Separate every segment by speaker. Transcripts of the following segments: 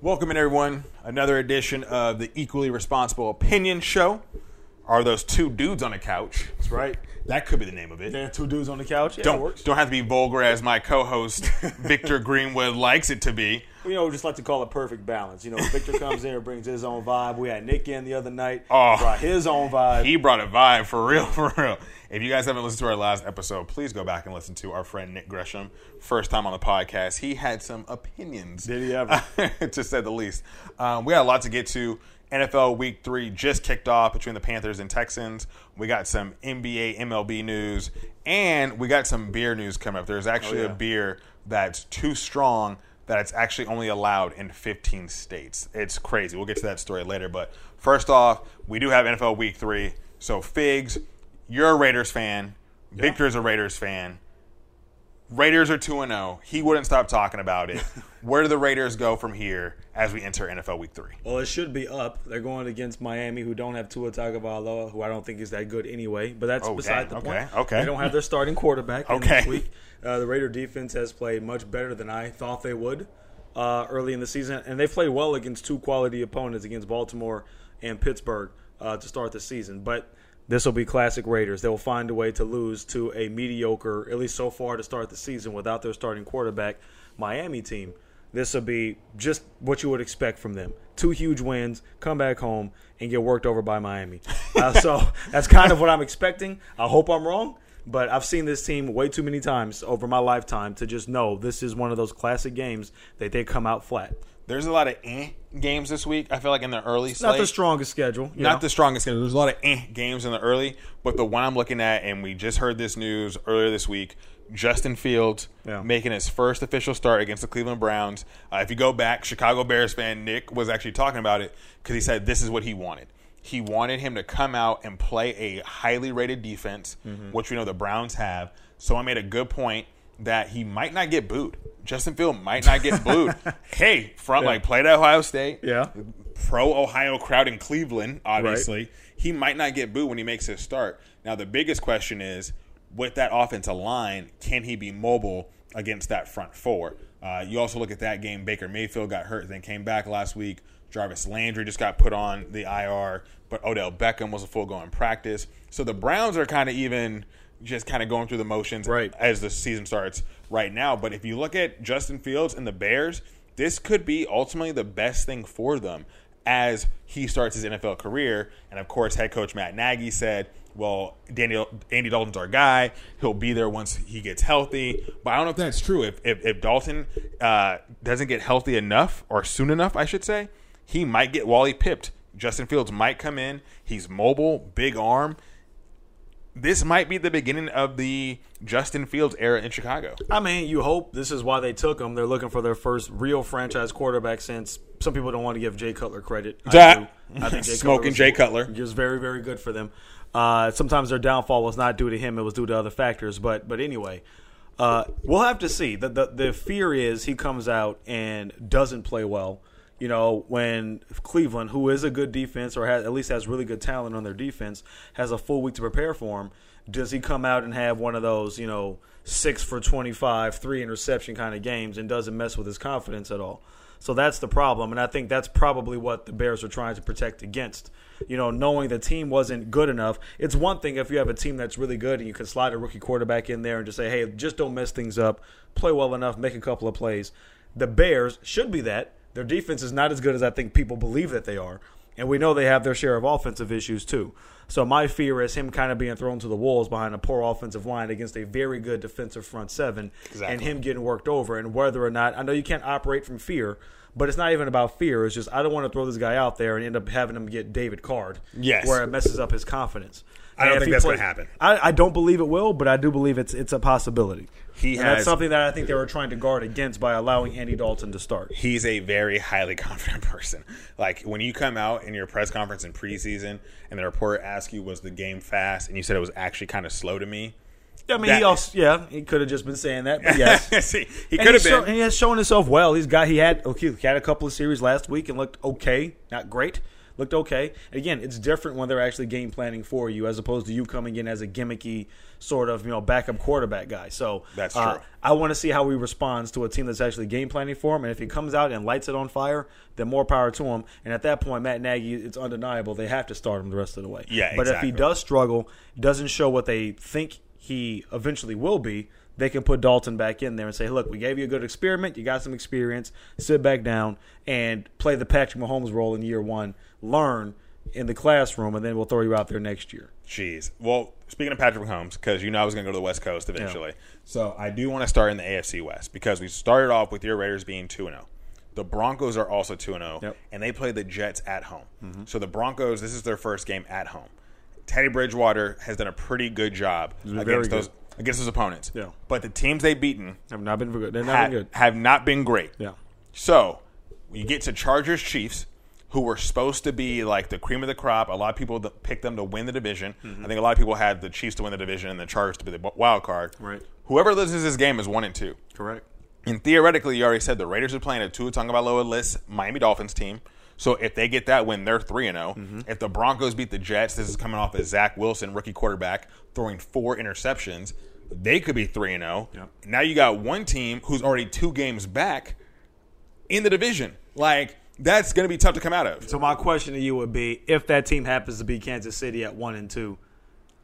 Speaker 1: Welcome in, everyone. Another edition of the Equally Responsible Opinion Show. Are those two dudes on a couch?
Speaker 2: That's right.
Speaker 1: That could be the name of it.
Speaker 2: Yeah, two dudes on the couch. Yeah,
Speaker 1: don't
Speaker 2: it works.
Speaker 1: don't have to be vulgar as my co-host Victor Greenwood likes it to be.
Speaker 2: You know, we just like to call it perfect balance. You know, Victor comes in and brings his own vibe. We had Nick in the other night.
Speaker 1: Oh.
Speaker 2: brought his own vibe.
Speaker 1: He brought a vibe for real, for real. If you guys haven't listened to our last episode, please go back and listen to our friend Nick Gresham. First time on the podcast, he had some opinions.
Speaker 2: Did he ever?
Speaker 1: to say the least. Um, we got a lot to get to. NFL Week Three just kicked off between the Panthers and Texans. We got some NBA, MLB news, and we got some beer news coming up. There's actually
Speaker 2: yeah.
Speaker 1: a beer that's too strong that it's actually only allowed in 15 states. It's crazy. We'll get to that story later. But first off, we do have NFL Week Three. So Figs, you're a Raiders fan. Victor's a Raiders fan. Raiders are 2 0. He wouldn't stop talking about it. Where do the Raiders go from here as we enter NFL Week 3?
Speaker 2: Well, it should be up. They're going against Miami, who don't have Tua Tagovailoa, who I don't think is that good anyway. But that's
Speaker 1: Oh,
Speaker 2: beside
Speaker 1: dang.
Speaker 2: the
Speaker 1: Okay,
Speaker 2: point.
Speaker 1: okay.
Speaker 2: They don't have their starting quarterback in
Speaker 1: Okay.
Speaker 2: this week. Uh, the Raider defense has played much better than I thought they would uh, early in the season, and they played well against two quality opponents against Baltimore and Pittsburgh uh, to start the season. But this will be classic Raiders. They will find a way to lose to a mediocre, at least so far to start the season, without their starting quarterback, Miami team this will be just what you would expect from them. Two huge wins, come back home, and get worked over by Miami. Uh, so that's kind of what I'm expecting. I hope I'm wrong, but I've seen this team way too many times over my lifetime to just know this is one of those classic games that they come out flat.
Speaker 1: There's a lot of eh games this week. I feel like in the early
Speaker 2: Not
Speaker 1: slate.
Speaker 2: the strongest schedule. you
Speaker 1: not
Speaker 2: know.
Speaker 1: the strongest game. There's a lot of eh games in the early, but the one I'm looking at, and we just heard this news earlier this week Justin Fields
Speaker 2: Yeah.
Speaker 1: making his first official start against the Cleveland Browns. Uh, if you go back, Chicago Bears fan Nick was actually talking about it because he said this is what he wanted. He wanted him to come out and play a highly rated defense,
Speaker 2: Mm-hmm.
Speaker 1: which we know the Browns have. Someone made a good point that he might not get booed. Justin Field might not get booed. hey, front like played at Ohio State
Speaker 2: Yeah.
Speaker 1: pro Ohio crowd in Cleveland, obviously, he might not get booed when he makes his start. Now, the biggest question is with that offensive line, can he be mobile against that front four? Uh, you also look at that game, Baker Mayfield got hurt, then came back last week. Jarvis Landry just got put on the IR, but Odell Beckham was a full go in practice. So the Browns are kind of even just kind of going through the motions
Speaker 2: Right.
Speaker 1: as the season starts right now. But if you look at Justin Fields and the Bears, this could be ultimately the best thing for them as he starts his NFL career. And of course, head coach Matt Nagy said, well, Daniel, Andy Dalton's our guy. He'll be there once he gets healthy. But I don't know if that's true. If, if, if Dalton uh, doesn't get healthy enough or soon enough, I should say, he might get Wally pipped. Justin Fields might come in. He's mobile, big arm this might be the beginning of the Justin Fields era in Chicago.
Speaker 2: I mean, you hope this is why they took him. They're looking for their first real franchise quarterback since some people don't want to give Jay Cutler credit. I
Speaker 1: That-
Speaker 2: do. I think Jay
Speaker 1: Smoking
Speaker 2: was-
Speaker 1: Jay Cutler.
Speaker 2: It was very, very good for them. Uh, sometimes their downfall was not due to him; it was due to other factors. But, but anyway, uh, we'll have to see. The, the The fear is he comes out and doesn't play well. You know, when Cleveland, who is a good defense or has, at least has really good talent on their defense, has a full week to prepare for him, does he come out and have one of those, you know, six for 25, three interception kind of games and doesn't mess with his confidence at all? So that's the problem, and I think that's probably what the Bears are trying to protect against. You know, knowing the team wasn't good enough. It's one thing if you have a team that's really good and you can slide a rookie quarterback in there and just say, "Hey, just don't mess things up. Play well enough, make a couple of plays." The Bears should be that. Their defense is not as good as I think people believe that they are. And we know they have their share of offensive issues too. So my fear is him kind of being thrown to the wolves behind a poor offensive line against a very good defensive front seven, and
Speaker 1: Exactly.
Speaker 2: him getting worked over, and whether or not I know you can't operate from fear, but it's not even about fear. It's just I don't want to throw this guy out there and end up having him get David Card,
Speaker 1: Yes.
Speaker 2: where it messes up his confidence. I
Speaker 1: don't think that's gonna happen.
Speaker 2: I, I don't believe it will, but I do believe it's it's a possibility.
Speaker 1: He
Speaker 2: and
Speaker 1: has-
Speaker 2: that's something that I think they were trying to guard against by allowing Andy Dalton to start.
Speaker 1: He's a very highly confident person. Like when you come out in your press conference in preseason and the reporter asked you, was the game fast? And you said it was actually kind of slow to me.
Speaker 2: I mean,
Speaker 1: That-
Speaker 2: he also yeah, he could have just been saying that, but yes.
Speaker 1: See, he
Speaker 2: And
Speaker 1: could have
Speaker 2: he's show-
Speaker 1: been.
Speaker 2: and he oh, has shown himself well. He's got he had okay, he had a couple of series last week and looked okay, not great. looked okay. And again, it's different when they're actually game planning for you as opposed to you coming in as a gimmicky sort of you know backup quarterback guy. So
Speaker 1: That's
Speaker 2: uh,
Speaker 1: true.
Speaker 2: I want to see how he responds to a team that's actually game planning for him. And if he comes out and lights it on fire, then more power to him. And at that point, Matt Nagy, it's undeniable they have to start him the rest of the way.
Speaker 1: Yeah,
Speaker 2: but if he
Speaker 1: exactly.
Speaker 2: does struggle, doesn't show what they think he eventually will be, they can put Dalton back in there and say, "Look, we gave you a good experiment. You got some experience. Sit back down and play the Patrick Mahomes role in year one. Learn in the classroom, and then we'll throw you out there next year."
Speaker 1: Jeez. Well, speaking of Patrick Mahomes, because you know I was going to go to the West Coast eventually, so I do want to start in the AFC West because we started off with your Raiders being two and zero. The Broncos are also two and zero,
Speaker 2: Yep. Mm-hmm.
Speaker 1: and they play the Jets at home. So the Broncos, this is their first game at home. Teddy Bridgewater has done a pretty good job against
Speaker 2: good.
Speaker 1: those against his opponents.
Speaker 2: Yeah.
Speaker 1: But the teams they've beaten
Speaker 2: Have not been good. They're not
Speaker 1: ha-
Speaker 2: been good.
Speaker 1: have not been great.
Speaker 2: Yeah.
Speaker 1: So you get to Chargers Chiefs, who were supposed to be like the cream of the crop. A lot of people th- picked them to win the division. I think a lot of people had the Chiefs to win the division and the Chargers to be the b- wild card.
Speaker 2: Right.
Speaker 1: Whoever loses this game is one and two.
Speaker 2: Correct.
Speaker 1: And theoretically, you already said the Raiders are playing a Tua Tagovailoa list Miami Dolphins team. So if they get that win, they're three and zero. If the Broncos beat the Jets, this is coming off as Zach Wilson, rookie quarterback, throwing four interceptions. They could be three and zero.
Speaker 2: Yep.
Speaker 1: Now you got one team who's already two games back in the division. Like that's going to be tough to come out of.
Speaker 2: So my question to you would be: If that team happens to be Kansas City at one and two,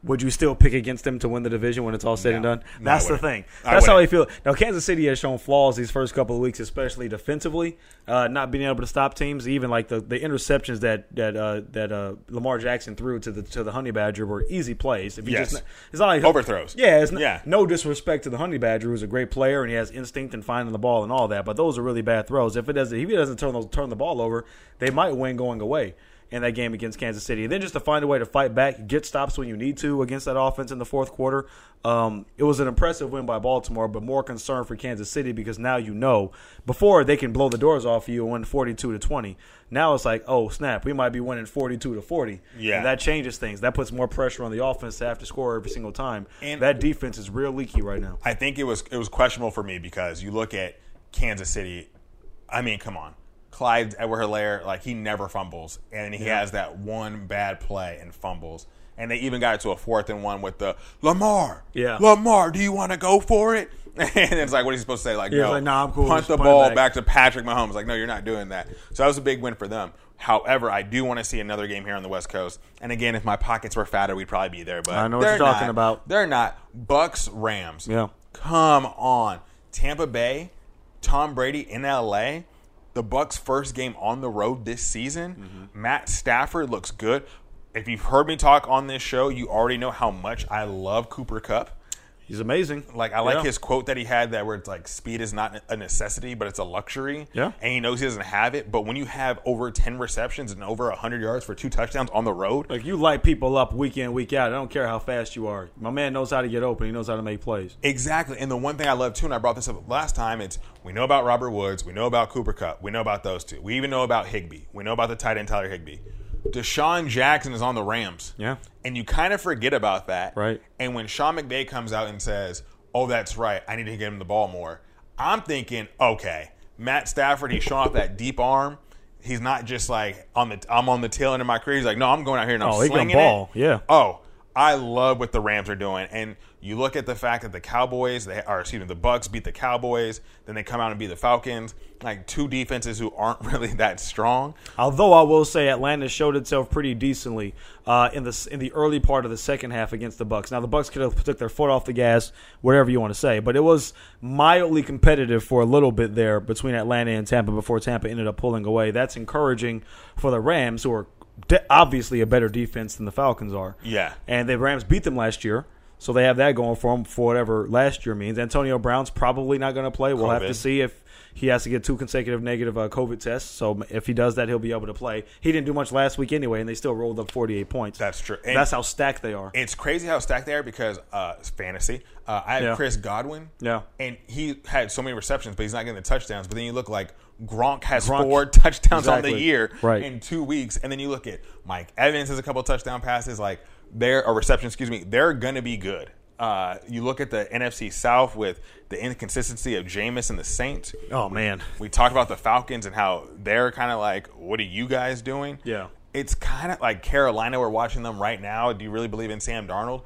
Speaker 2: would you still pick against them to win the division when it's all said and
Speaker 1: No.
Speaker 2: done?
Speaker 1: No, I
Speaker 2: That's the thing.
Speaker 1: wouldn't. I
Speaker 2: That's how I
Speaker 1: wouldn't.
Speaker 2: feel. Now Kansas City has shown flaws these first couple of weeks, especially defensively, uh, not being able to stop teams. Even like the, the interceptions that that uh, that uh, Lamar Jackson threw to the to the Honey Badger were easy plays. If you
Speaker 1: Yes.
Speaker 2: just it's not like
Speaker 1: Overthrows.
Speaker 2: Yeah, it's not,
Speaker 1: Yeah.
Speaker 2: no disrespect to the Honey Badger, who's a great player and he has instinct and finding the ball and all that, but those are really bad throws. If it doesn't, if he doesn't turn those, turn the ball over, they might win going away in that game against Kansas City. And then just to find a way to fight back, get stops when you need to against that offense in the fourth quarter. Um, it was an impressive win by Baltimore, but more concern for Kansas City because now you know before they can blow the doors off you and win forty two to twenty. Now it's like, oh snap, we might be winning forty two to forty.
Speaker 1: Yeah.
Speaker 2: And that changes things. That puts more pressure on the offense to have to score every single time.
Speaker 1: And-
Speaker 2: that defense is real leaky right now.
Speaker 1: I think it was it was questionable for me because you look at Kansas City. I mean, come on, Clyde Edward Hilaire, like he never fumbles, and he has that one bad play and fumbles. And they even got it to a fourth and one with the Lamar.
Speaker 2: Yeah.
Speaker 1: Lamar, do you want to go for it? And it's like, what are you supposed to say? Like,
Speaker 2: Yeah,
Speaker 1: no,
Speaker 2: it's like, nah, I'm cool.
Speaker 1: punt
Speaker 2: Just
Speaker 1: the
Speaker 2: punt it
Speaker 1: ball
Speaker 2: back.
Speaker 1: back back to Patrick Mahomes. Like, no, you're not doing that. So that was a big win for them. However, I do want to see another game here on the West Coast. And again, if my pockets were fatter, we'd probably be there. But
Speaker 2: I know what
Speaker 1: they're
Speaker 2: you're talking
Speaker 1: not.
Speaker 2: about.
Speaker 1: They're not. Bucks Rams.
Speaker 2: Yeah.
Speaker 1: Come on, Tampa Bay, Tom Brady in L.A. The Bucks' first game on the road this season.
Speaker 2: Mm-hmm.
Speaker 1: Matt Stafford looks good. If you've heard me talk on this show, you already know how much I love Cooper Cup.
Speaker 2: He's amazing.
Speaker 1: Like I like
Speaker 2: Yeah.
Speaker 1: his quote that he had that where it's like speed is not a necessity, but it's a luxury.
Speaker 2: Yeah.
Speaker 1: And he knows he doesn't have it. But when you have over ten receptions and over hundred yards for two touchdowns on the road,
Speaker 2: Like you light people up week in, week out. I don't care how fast you are. My man knows how to get open. He knows how to make plays.
Speaker 1: exactly. And the one thing I love too, and I brought this up last time, it's we know about Robert Woods, we know about Cooper Cup, we know about those two. We even know about Higby. We know about the tight end Tyler Higby. Deshaun Jackson is on the Rams.
Speaker 2: Yeah.
Speaker 1: And you kind of forget about that.
Speaker 2: Right.
Speaker 1: And when Sean McVay comes out and says, "Oh, that's right, I need to get him the ball more," I'm thinking, okay, Matt Stafford, he's showing off that deep arm. He's not just like on the I'm on the tail end of my career. He's like, no, I'm going out here and I'm
Speaker 2: Oh, he can
Speaker 1: slinging
Speaker 2: ball,
Speaker 1: it.
Speaker 2: yeah.
Speaker 1: Oh, I love what the Rams are doing, and you look at the fact that the Cowboys, they are excuse me, the Bucks beat the Cowboys, then they come out and beat the Falcons. Like two defenses who aren't really that strong.
Speaker 2: Although I will say Atlanta showed itself pretty decently uh, in the in the early part of the second half against the Bucks. Now the Bucks could have took their foot off the gas, whatever you want to say, but it was mildly competitive for a little bit there between Atlanta and Tampa before Tampa ended up pulling away. That's encouraging for the Rams, who are de- obviously a better defense than the Falcons are.
Speaker 1: Yeah.
Speaker 2: And the Rams beat them last year. So they have that going for them for whatever last year means. Antonio Brown's probably not going to play. We'll have to
Speaker 1: COVID.
Speaker 2: see if he has to get two consecutive negative uh, COVID tests. So if he does that, he'll be able to play. He didn't do much last week anyway, and they still rolled up 48 points.
Speaker 1: That's true. And-
Speaker 2: That's how stacked they are.
Speaker 1: It's crazy how stacked they are because uh, it's fantasy. Uh, I have
Speaker 2: Yeah.
Speaker 1: Chris Godwin.
Speaker 2: Yeah.
Speaker 1: And he had so many receptions, but he's not getting the touchdowns. But then you look like Gronk has
Speaker 2: Gronk.
Speaker 1: four touchdowns on the
Speaker 2: Exactly.
Speaker 1: year
Speaker 2: Right.
Speaker 1: in two weeks. And then you look at Mike Evans has a couple touchdown passes, like they're or receptions, excuse me, they're gonna be good. Uh, you look at the NFC South with the inconsistency of Jameis and the Saints.
Speaker 2: oh, man.
Speaker 1: We talked about the Falcons and how they're kind of like, what are you guys doing?
Speaker 2: Yeah.
Speaker 1: It- it's kind of like Carolina. We're watching them right now. Do you really believe in Sam Darnold?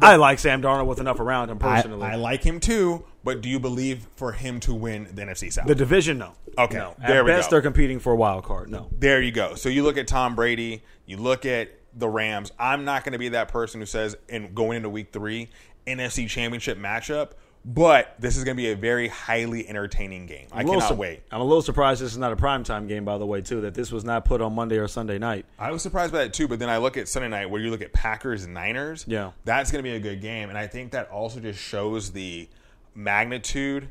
Speaker 2: I like Sam Darnold with enough around him
Speaker 1: I,
Speaker 2: personally.
Speaker 1: I like him too, but do you believe for him to win the NFC South?
Speaker 2: the division, no.
Speaker 1: Okay,
Speaker 2: no. At
Speaker 1: there we
Speaker 2: best,
Speaker 1: go.
Speaker 2: they're competing for a wild card. No,
Speaker 1: there you go. So you look at Tom Brady, you look at the Rams. I'm not going to be that person who says in going into week 3 NFC Championship matchup, but this is going to be a very highly entertaining game. I
Speaker 2: I'm a little
Speaker 1: cannot
Speaker 2: sur-
Speaker 1: wait.
Speaker 2: I'm a little surprised this is not a primetime game, by the way, too. That this was not put on Monday or Sunday night.
Speaker 1: I was surprised by that too, but then I look at Sunday night where you look at Packers and Niners.
Speaker 2: Yeah.
Speaker 1: That's going to be a good game. And I think that also just shows the magnitude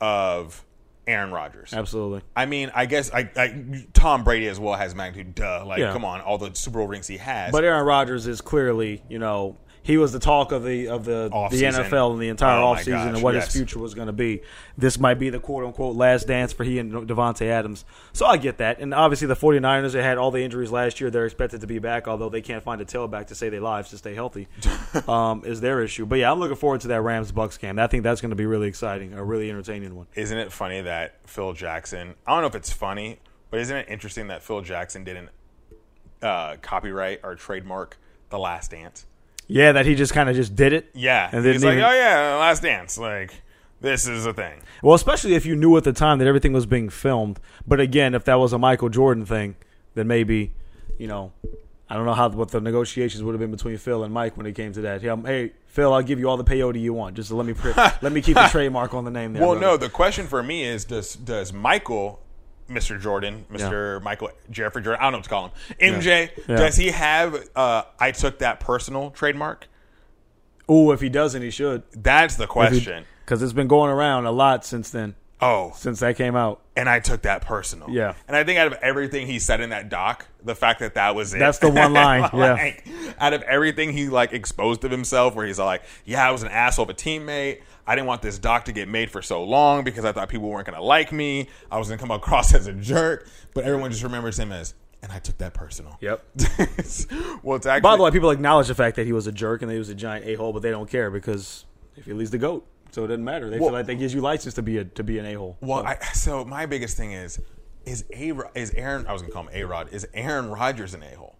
Speaker 1: of Aaron Rodgers.
Speaker 2: Absolutely.
Speaker 1: I mean, I guess I, I Tom Brady as well has magnitude. Duh. Like,
Speaker 2: Yeah.
Speaker 1: come on, all the Super Bowl rings he has.
Speaker 2: But Aaron Rodgers is clearly, you know, he was the talk of the of the, the
Speaker 1: Offseason.
Speaker 2: NFL and the entire
Speaker 1: Oh my
Speaker 2: offseason
Speaker 1: gosh,
Speaker 2: and what
Speaker 1: yes.
Speaker 2: his future was going to be. This might be the quote unquote last dance for he and Devontae Adams. So I get that. And obviously the 49ers they had all the injuries last year. They're expected to be back, although they can't find a tailback to save their lives to stay healthy. um, is their issue. But yeah, I'm looking forward to that Rams Bucks game. I think that's going to be really exciting, a really entertaining one.
Speaker 1: isn't it funny that Phil Jackson? I don't know if it's funny, but isn't it interesting that Phil Jackson didn't uh, copyright or trademark The Last Dance?
Speaker 2: Yeah, that he just kind of just did it.
Speaker 1: Yeah,
Speaker 2: And
Speaker 1: and
Speaker 2: then
Speaker 1: he's like,
Speaker 2: even-
Speaker 1: oh yeah, The Last Dance. Like, this is a thing.
Speaker 2: Well, especially if you knew at the time that everything was being filmed. But again, if that was a Michael Jordan thing, then maybe, you know, I don't know how what the negotiations would have been between Phil and Mike when it came to that. Hey, um, hey Phil, I'll give you all the peyote you want. Just let me pre- let me keep the trademark on the name there.
Speaker 1: Well,
Speaker 2: brother.
Speaker 1: no. The question for me is, does does Michael, Mr. Jordan, Mr. Michael Jeffrey Jordan, I don't know what to call him, MJ,
Speaker 2: Yeah.
Speaker 1: does he have? Uh, I took that personal trademark.
Speaker 2: Ooh, if he doesn't, he should.
Speaker 1: That's the question.
Speaker 2: Because it's been going around a lot since then,
Speaker 1: Oh,
Speaker 2: since that came out.
Speaker 1: and I took that personal.
Speaker 2: Yeah.
Speaker 1: And I think out of everything he said in that doc, the fact that that was it.
Speaker 2: That's the one line, yeah.
Speaker 1: Like, Out of everything he like exposed of himself, where he's like, "Yeah, I was an asshole of a teammate. I didn't want this doc to get made for so long because I thought people weren't gonna like me. I was gonna come across as a jerk." But everyone just remembers him as, and I took that personal.
Speaker 2: Yep.
Speaker 1: well, it's actually.
Speaker 2: By the way, people acknowledge the fact that he was a jerk and that he was a giant a hole, but they don't care because if he leaves the goat, so it doesn't matter. They
Speaker 1: Well-
Speaker 2: feel like they gives you license to be a to be an a hole.
Speaker 1: Well, I, so my biggest thing is, is a is Aaron? I was gonna call him a Rod. Is Aaron Rodgers an a hole?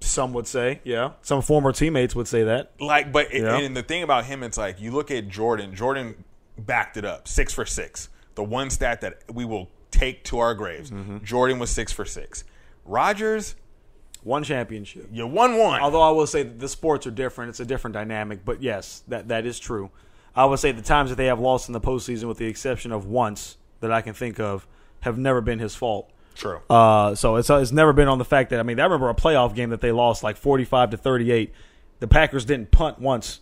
Speaker 2: Some would say, yeah. Some former teammates would say that.
Speaker 1: Like, but it,
Speaker 2: Yeah.
Speaker 1: and the thing about him, it's like you look at Jordan. Jordan backed it up, six for six. The one stat that we will take to our graves.
Speaker 2: Mm-hmm.
Speaker 1: Jordan was six for six. Rogers,
Speaker 2: One championship.
Speaker 1: you won one.
Speaker 2: Although I will say that the sports are different, it's a different dynamic. But yes, that that is true. I would say the times that they have lost in the postseason, with the exception of once that I can think of, have never been his fault.
Speaker 1: True.
Speaker 2: Uh, so it's it's never been on the fact that I mean I remember a playoff game that they lost like forty five to thirty eight. The Packers didn't punt once.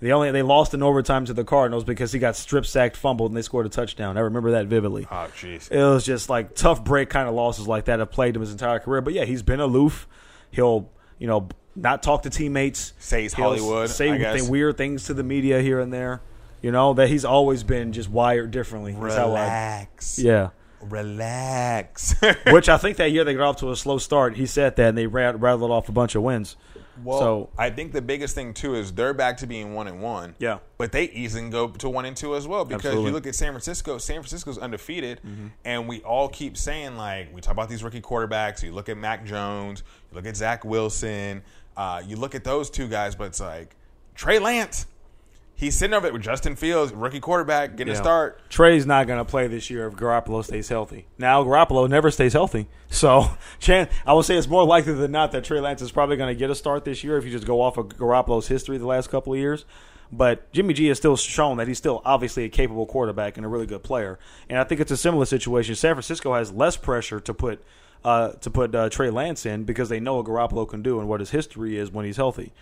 Speaker 2: They only they lost in overtime to the Cardinals because he got strip sacked, fumbled, and they scored a touchdown. I remember that vividly.
Speaker 1: oh, jeez.
Speaker 2: it was just like tough break kind of losses like that have played him his entire career. But yeah, he's been aloof. He'll you know not talk to teammates.
Speaker 1: Say he's
Speaker 2: He'll
Speaker 1: Hollywood,
Speaker 2: Say
Speaker 1: I guess.
Speaker 2: thi- weird things to the media here and there. You know that he's always been just wired differently. That's how I-
Speaker 1: Relax.
Speaker 2: yeah.
Speaker 1: Relax.
Speaker 2: Which I think that year they got off to a slow start. He said that and they rat- rattled off a bunch of wins.
Speaker 1: well,
Speaker 2: so
Speaker 1: I think the biggest thing too is they're back to being one and one.
Speaker 2: Yeah.
Speaker 1: But they easily go to one and two as well because
Speaker 2: Absolutely. Mm-hmm.
Speaker 1: you look at San Francisco. San Francisco's undefeated, and we all keep saying like we talk about these rookie quarterbacks. You look at Mac Jones, you look at Zach Wilson, uh, you look at those two guys, but it's like Trey Lance. He's sitting over there with Justin Fields, rookie quarterback, getting a
Speaker 2: Yeah.
Speaker 1: start.
Speaker 2: Trey's not going to play this year if Garoppolo stays healthy. Now Garoppolo never stays healthy, so chan I would say it's more likely than not that Trey Lance is probably going to get a start this year if you just go off of Garoppolo's history the last couple of years. But Jimmy G has still shown that he's still obviously a capable quarterback and a really good player. And I think it's a similar situation. San Francisco has less pressure to put uh, to put uh, Trey Lance in because they know what Garoppolo can do and what his history is when he's healthy.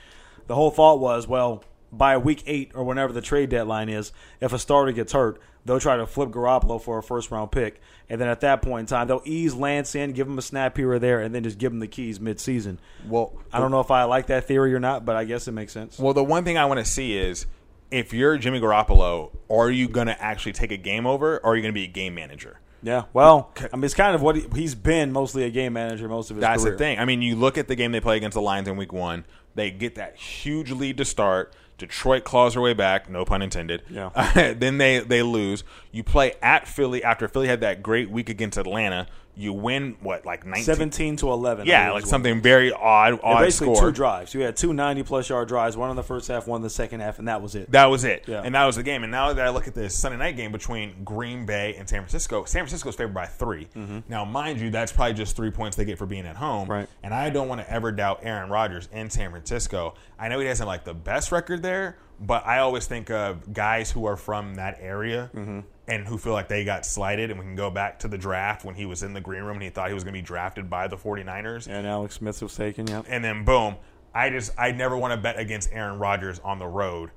Speaker 2: The whole thought was, well, by week eight or whenever the trade deadline is, if a starter gets hurt, they'll try to flip Garoppolo for a first round pick. And then at that point in time, they'll ease Lance in, give him a snap here or there, and then just give him the keys mid season.
Speaker 1: Well,
Speaker 2: I don't know if I like that theory or not, but I guess it makes sense.
Speaker 1: Well, the one thing I want to see is if you're Jimmy Garoppolo, are you going to actually take a game over, or are you going to be a game manager?
Speaker 2: Yeah. Well, I mean, it's kind of what he, he's been mostly a game manager most of his
Speaker 1: That's
Speaker 2: career.
Speaker 1: the thing. I mean, you look at the game they play against the Lions in Week One. They get that huge lead to start. Detroit claws her way back, no pun intended.
Speaker 2: Yeah.
Speaker 1: then they they lose. You play at Philly after Philly had that great week against Atlanta. You win what like 19
Speaker 2: 17 to 11. I
Speaker 1: Yeah,
Speaker 2: believe
Speaker 1: like
Speaker 2: is what-
Speaker 1: something very odd
Speaker 2: Yeah,
Speaker 1: odd
Speaker 2: basically
Speaker 1: score.
Speaker 2: two drives. You had two 90 plus yard drives, one in the first half, one in the second half, and that was it.
Speaker 1: That was it.
Speaker 2: Yeah.
Speaker 1: And that was the game. And now that I look at this Sunday night game between Green Bay and San Francisco, San Francisco's favored by 3 Now, mind you, that's probably just three points they get for being at home.
Speaker 2: Mm-hmm. Right.
Speaker 1: And I don't want to ever doubt Aaron Rodgers in San Francisco. I know he doesn't like the best record there, but I always think of guys who are from that area
Speaker 2: Mm-hmm.
Speaker 1: and who feel like they got slighted. And we can go back to the draft when he was in the green room and he thought he was going to be drafted by the 49ers
Speaker 2: and Alex Smith was taken, yeah.
Speaker 1: and then boom. I just I never want to bet against Aaron Rodgers on the road,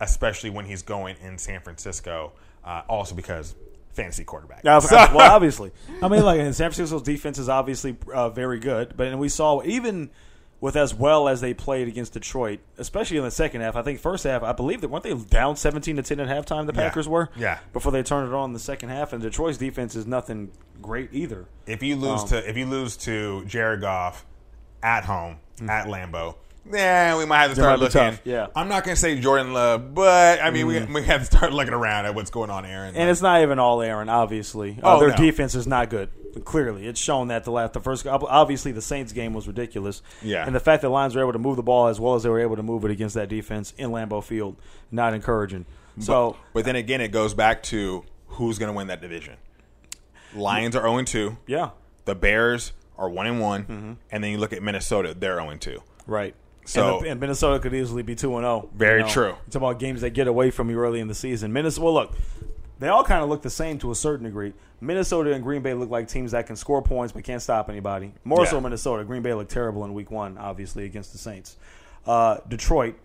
Speaker 1: especially when he's going in San Francisco. Uh, also because fantasy quarterback.
Speaker 2: Yeah, I was-
Speaker 1: So-
Speaker 2: I- well, obviously. I mean, like, and San Francisco's defense is obviously uh, very good, but and we saw even with as well as they played against Detroit, especially in the second half. I think first half, I believe that weren't they down seventeen to ten at halftime. The
Speaker 1: Yeah.
Speaker 2: Packers were,
Speaker 1: Yeah.
Speaker 2: before they turned it on in the second half. And Detroit's defense is nothing great either.
Speaker 1: if you lose
Speaker 2: um,
Speaker 1: to if you lose to Jared Goff at home at Lambeau, yeah, we might have to start
Speaker 2: Mm. might be tough,
Speaker 1: looking.
Speaker 2: yeah. Mm.
Speaker 1: I'm not gonna say Jordan Love, but I mean we, we have to start looking around at what's going on, Aaron.
Speaker 2: And it's not even all Aaron, obviously. Uh,
Speaker 1: Oh,
Speaker 2: their
Speaker 1: no.
Speaker 2: defense is not good. Clearly, it's shown that the last, the first, obviously the Saints game was ridiculous.
Speaker 1: Yeah.
Speaker 2: and the fact that Lions were able to move the ball as well as they were able to move it against that defense in Lambeau Field, not encouraging. So
Speaker 1: but then again, it goes back to who's gonna win that division. Lions are 0 2.
Speaker 2: yeah,
Speaker 1: The Bears are one and one, and then you look at Minnesota; they're zero and two.
Speaker 2: right.
Speaker 1: So-
Speaker 2: and, the, and Minnesota could easily be two and oh, zero.
Speaker 1: Very true.
Speaker 2: It's about games that get away from you early in the season. Minnesota. Well, look, they all kind of look the same to a certain degree. Minnesota and Green Bay look like teams that can score points but can't stop anybody. More
Speaker 1: Yeah.
Speaker 2: so, Minnesota. Green Bay looked terrible in Week One, obviously against the Saints. Uh, Detroit.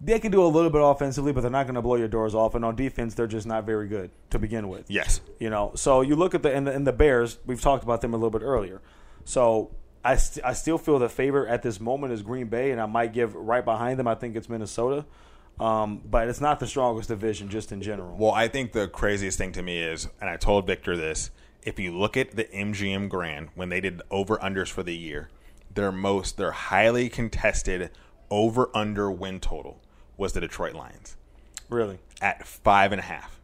Speaker 2: They can do a little bit offensively, but they're not going to blow your doors off. And on defense, they're just not very good to begin with.
Speaker 1: Yes.
Speaker 2: You know, so you look at the and the, and the Bears. We've talked about them a little bit earlier. So I st- I still feel the favor at this moment is Green Bay, and I might give right behind them. I think it's Minnesota, um, but it's not the strongest division just in general.
Speaker 1: Well, I think the craziest thing to me is, and I told Victor this, if you look at the MGM Grand when they did over unders for the year, their most, their highly contested over under win total was the Detroit Lions
Speaker 2: Really?
Speaker 1: at five and a half.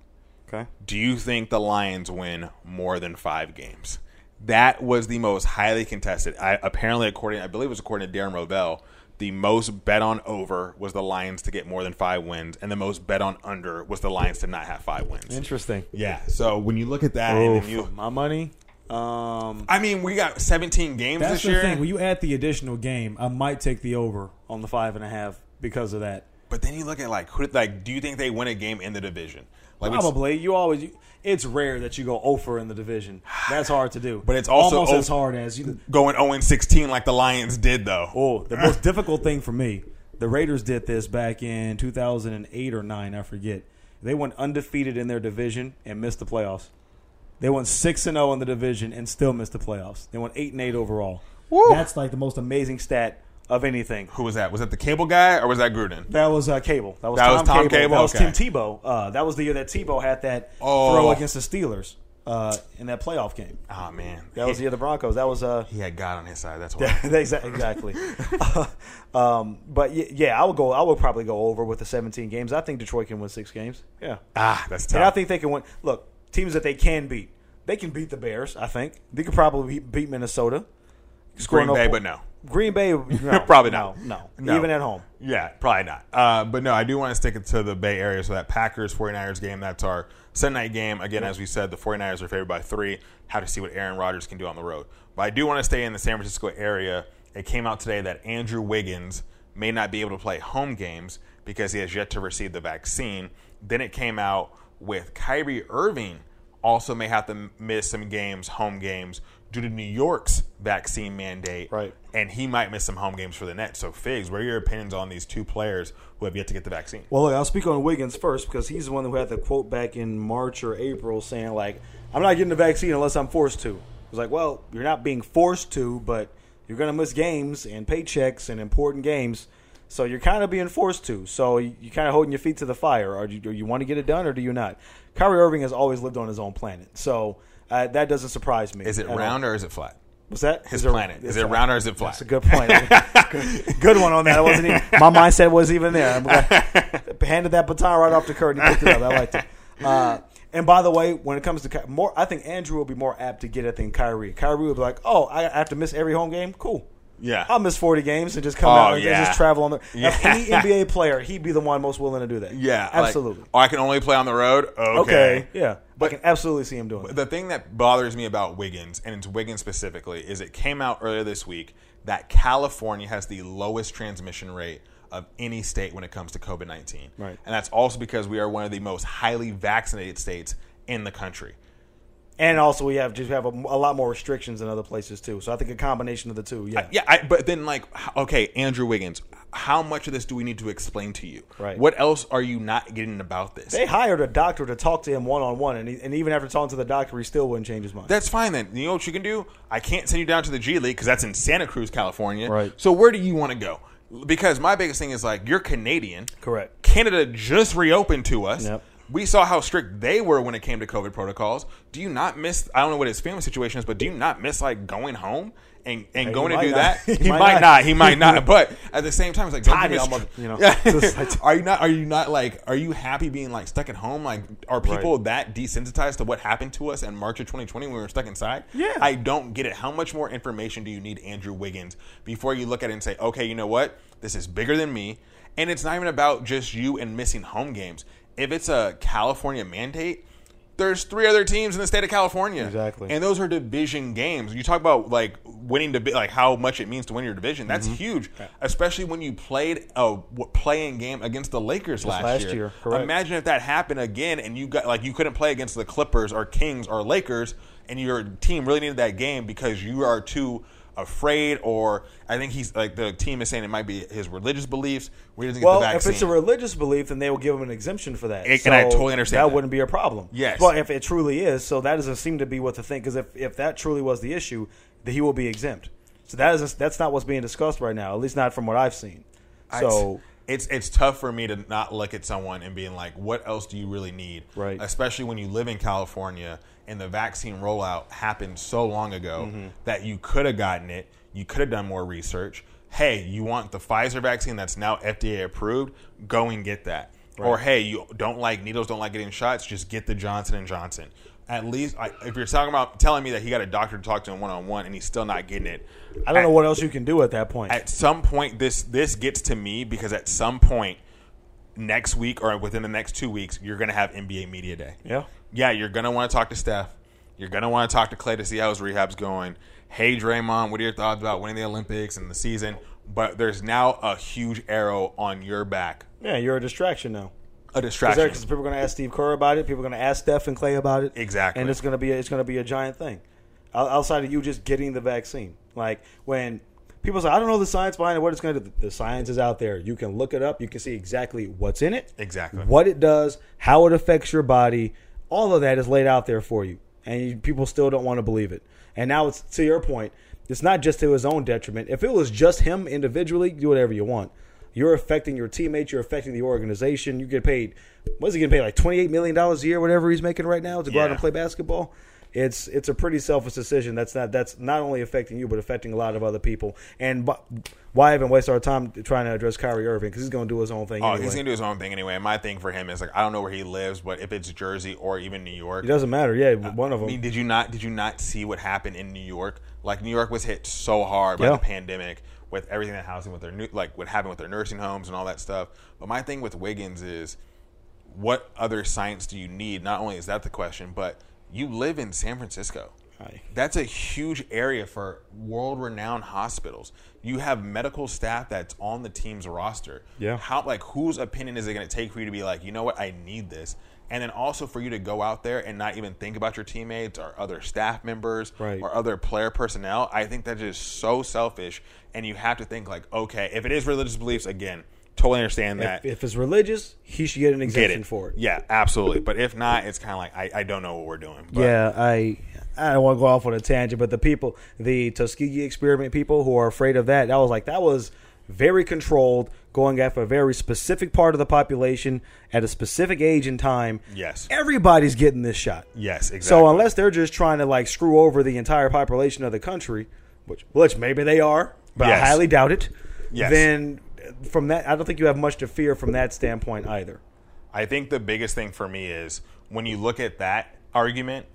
Speaker 2: Okay.
Speaker 1: Do you think the Lions win more than five games? That was the most highly contested. I, apparently, according I believe it was according to Darren Rovell, the most bet on over was the Lions to get more than five wins, and the most bet on under was the Lions to not have five wins.
Speaker 2: Interesting.
Speaker 1: Yeah. So when you look at that, and
Speaker 2: Oof.
Speaker 1: then you,
Speaker 2: my money. Um,
Speaker 1: I mean, we got 17 games
Speaker 3: That's
Speaker 1: this
Speaker 3: the
Speaker 1: year,
Speaker 3: thing. When you add the additional game, I might take the over.
Speaker 2: on the five and a half because of that.
Speaker 1: but then you look at like, who, like, do you think they win a game in the division? Like, it's-
Speaker 2: Probably you always. You, it's rare that you go over in the division. That's hard to do.
Speaker 1: but it's also
Speaker 3: Almost
Speaker 1: o-
Speaker 3: as hard as you.
Speaker 1: going 0 16 like the Lions did, though.
Speaker 3: Oh, the most difficult thing for me, the Raiders did this back in 2008 or 9, I forget. They went undefeated in their division and missed the playoffs. They went 6 and 0 in the division and still missed the playoffs. They went 8 and 8 overall. That's like the most amazing stat of anything.
Speaker 1: Who was that? Was that the Cable guy or was that Gruden?
Speaker 3: That was
Speaker 2: was uh, Cable. That was,
Speaker 1: That
Speaker 2: Tom,
Speaker 1: was Tom
Speaker 2: Cable.
Speaker 1: Cable?
Speaker 2: That was
Speaker 1: Okay.
Speaker 2: Tim Tebow. Uh, that was the year that Tebow had that
Speaker 1: Oh.
Speaker 2: throw against the Steelers uh, in that playoff game.
Speaker 1: Oh man,
Speaker 2: That was the
Speaker 1: he,
Speaker 2: year of the Broncos. That was uh,
Speaker 1: he had God on his side. That's why.
Speaker 2: exa- exactly. um, but y- yeah, I would go. I would probably go over with the 17 games. I think Detroit can win six games. Yeah,
Speaker 1: ah, that's tough.
Speaker 2: and I think they can win. Look, teams that they can beat, they can beat the Bears. I think they could probably beat, beat Minnesota. Score
Speaker 1: Green
Speaker 2: no
Speaker 1: Bay,
Speaker 2: po-
Speaker 1: but no.
Speaker 2: Green Bay, no,
Speaker 1: Probably
Speaker 2: no,
Speaker 1: not.
Speaker 2: no,
Speaker 1: No.
Speaker 2: even at home.
Speaker 1: Yeah, probably not. Uh, but no, I do want to stick it to the Bay Area. So that Packers 49ers game, that's our Sunday night game. Again, as we said, the 49ers are favored by three. How to see what Aaron Rodgers can do on the road. But I do want to stay in the San Francisco area. It came out today that Andrew Wiggins may not be able to play home games because he has yet to receive the vaccine. Then it came out with Kyrie Irving also may have to miss some games, home games, due to New York's vaccine mandate
Speaker 2: Right.
Speaker 1: and he might miss some home games for the Nets. So, Figs, what are your opinions on these two players who have yet to get the vaccine?
Speaker 2: Well, look, I'll speak on Wiggins first because he's the one who had the quote back in March or April saying, like, I'm not getting the vaccine unless I'm forced to. It was like, well, you're not being forced to, but you're going to miss games and paychecks and important games. So you're kind of being forced to. So you- you're kind of holding your feet to the fire. Or do you, do you want to get it done or do you not? Kyrie Irving has always lived on his own planet. So uh, that doesn't surprise me.
Speaker 1: Is it
Speaker 2: at all.
Speaker 1: round or is it flat?
Speaker 2: What's that?
Speaker 1: His
Speaker 2: Is there-
Speaker 1: planet. Is
Speaker 2: it's
Speaker 1: it
Speaker 2: a-
Speaker 1: round or is it flat?
Speaker 2: That's a good point. good, good one on that. I wasn't even, my mindset was even there. I'm glad- handed that baton right off to Kurt. and He picked it up. I liked it. Uh, and by the way, when it comes to Ky- more, I think Andrew will be more apt to get it than Kyrie. Kyrie will be like, "Oh, I have to miss every home game. Cool.
Speaker 1: Yeah.
Speaker 2: I'll miss forty games and just come
Speaker 1: Oh,
Speaker 2: out and
Speaker 1: yeah.
Speaker 2: just travel on the.
Speaker 1: Yeah.
Speaker 2: Of Any NBA player, he'd be the one most willing to do that.
Speaker 1: yeah, like,
Speaker 2: absolutely.
Speaker 1: oh, I can only play on the road. Okay.
Speaker 2: okay. yeah, I can absolutely see him doing. that.
Speaker 1: The thing that bothers me about Wiggins, and it's Wiggins specifically, is it came out earlier this week that California has the lowest transmission rate of any state when it comes to COVID 19.
Speaker 2: Right.
Speaker 1: And that's also because we are one of the most highly vaccinated states in the country.
Speaker 2: And also, we have just have a, a lot more restrictions than other places too. So I think a combination of the two. Yeah,
Speaker 1: Yeah, I, but then, like, h- okay, Andrew Wiggins, how much of this do we need to explain to you?
Speaker 2: Right.
Speaker 1: What else are you not getting about this?
Speaker 2: They hired a doctor to talk to him one on one, and he, and even after talking to the doctor, he still wouldn't change his mind.
Speaker 1: That's fine then. You know what you can do? I can't send you down to the G League because that's in Santa Cruz, California.
Speaker 2: Right.
Speaker 1: So where do you want to go? Because my biggest thing is like you're Canadian.
Speaker 2: Correct.
Speaker 1: Canada just reopened to us.
Speaker 2: Yep.
Speaker 1: We saw how strict they were when it came to COVID protocols. Do you not miss? I don't know what his family situation is, but do you not miss like going home and, and
Speaker 2: he
Speaker 1: going to
Speaker 2: might
Speaker 1: do
Speaker 2: not.
Speaker 1: that?
Speaker 2: He
Speaker 1: He, might,
Speaker 2: might
Speaker 1: not.
Speaker 2: not.
Speaker 1: He might not. But at the same time, it's like don't
Speaker 2: Tired
Speaker 1: you miss-
Speaker 2: almost, you know.
Speaker 1: Yeah.
Speaker 2: Just like-
Speaker 1: are you not? Are you not like? Are you happy being like stuck at home? Like, are people that desensitized to what happened to us in March of 2020 when we were stuck inside?
Speaker 2: Yeah.
Speaker 1: I don't get it. How much more information do you need, Andrew Wiggins, before you look at it and say, okay, you know what? This is bigger than me. And it's not even about just you and missing home games. If it's a California mandate, there's three other teams in the state of California.
Speaker 2: Exactly.
Speaker 1: And those are division games. You talk about like winning divi- like how much it means to win your division. That's
Speaker 2: Mm-hmm.
Speaker 1: huge, especially when you played a w- playing game against the Lakers last,
Speaker 2: last
Speaker 1: year.
Speaker 2: year, correct.
Speaker 1: Imagine if that happened again and you got like you couldn't play against the Clippers or Kings or Lakers and your team really needed that game because you are too afraid or I think he's like the team is saying it might be his religious beliefs where he doesn't
Speaker 2: Well,
Speaker 1: get the
Speaker 2: if
Speaker 1: vaccine.
Speaker 2: it's a religious belief, then they will give him an exemption for that.
Speaker 1: And- and I totally understand
Speaker 2: That,
Speaker 1: that.
Speaker 2: wouldn't be a problem.
Speaker 1: Yes.
Speaker 2: Well, if it truly is, so that doesn't seem to be what the thing. Because if, if that truly was the issue, that he will be exempt. So that is that's not what's being discussed right now. At least not from what I've seen. So
Speaker 1: it's it's tough for me to not look at someone and being like, what else do you really need?
Speaker 2: Right.
Speaker 1: Especially when you live in California and the vaccine rollout happened so long ago that you could have gotten it, you could have done more research. Hey, you want the Pfizer vaccine that's now FDA approved? Go and get that. Or hey, you don't like needles, don't like getting shots, just get the Johnson and Johnson. At least, I, if you're talking about telling me that he got a doctor to talk to him one on one and he's still not getting it,
Speaker 2: I don't know what else you can do at that point.
Speaker 1: at some point this this gets to me because at some point next week or within the next two weeks you're gonna have NBA media day.
Speaker 2: yeah.
Speaker 1: Yeah, you're gonna want to talk to Steph. You're gonna want to talk to Clay to see how his rehab's going. Hey Draymond, what are your thoughts about winning the Olympics and the season? But there's now a huge arrow on your back,
Speaker 2: Yeah, you're a distraction now.
Speaker 1: a distraction.
Speaker 2: Because people are going to ask Steve Kerr about it. People are going to ask Steph and Clay about it.
Speaker 1: Exactly.
Speaker 2: And it's going to be it's going to be a giant thing. O- Outside of you just getting the vaccine, like when people say, "I don't know the science behind it, what it's going to do," the science is out there. You can look it up. You can see exactly what's in it,
Speaker 1: Exactly.
Speaker 2: what it does, how it affects your body. All of that is laid out there for you, and you, people still don't want to believe it. And now it's to your point. It's not just to his own detriment. If it was just him individually, do whatever you want. You're affecting your teammates. You're affecting the organization. You get paid. What's he getting paid? Like twenty eight million dollars a year, whatever he's making right now, to go out
Speaker 1: Yeah.
Speaker 2: and play basketball. It's it's a pretty selfish decision. That's not that's not only affecting you, but affecting a lot of other people. And bu- why even waste our time trying to address Kyrie Irving? Because he's going to do his own thing.
Speaker 1: Oh,
Speaker 2: anyway.
Speaker 1: he's gonna do his own thing anyway. My thing for him is like I don't know where he lives, but if it's Jersey or even New York,
Speaker 2: It doesn't matter. Yeah, one of
Speaker 1: Uh, I
Speaker 2: them.
Speaker 1: mean, did you not did you not see what happened in New York? Like New York was hit so hard by
Speaker 2: Yeah.
Speaker 1: the pandemic with everything that happened with their new like what happened with their nursing homes and all that stuff. But my thing with Wiggins is what other science do you need? Not only is that the question, but you live in San Francisco.
Speaker 2: Aye.
Speaker 1: That's a huge area for world renowned hospitals. You have medical staff that's on the team's roster.
Speaker 2: Yeah.
Speaker 1: How like whose opinion is it going to take for you to be like, you know what, I need this? And then also for you to go out there and not even think about your teammates or other staff members
Speaker 2: Right.
Speaker 1: or other player personnel, I think that is so selfish. And you have to think like, okay, if it is religious beliefs, again, totally understand that.
Speaker 2: If, if it's religious, he should get an
Speaker 1: Get
Speaker 2: exemption
Speaker 1: it.
Speaker 2: for it.
Speaker 1: Yeah, absolutely. But if not, it's kind of like I, I don't know what we're doing. But
Speaker 2: Yeah, I I don't want to go off on a tangent, but the people, the Tuskegee experiment people who are afraid of that, I was like, that was very controlled, going after a very specific part of the population at a specific age and time.
Speaker 1: Yes.
Speaker 2: Everybody's getting this shot.
Speaker 1: Yes, exactly.
Speaker 2: So unless they're just trying to like screw over the entire population of the country, which which maybe they are, but I
Speaker 1: Yes.
Speaker 2: highly doubt it.
Speaker 1: Yes.
Speaker 2: Then from that, I don't think you have much to fear from that standpoint either.
Speaker 1: I think the biggest thing for me is when you look at that argument,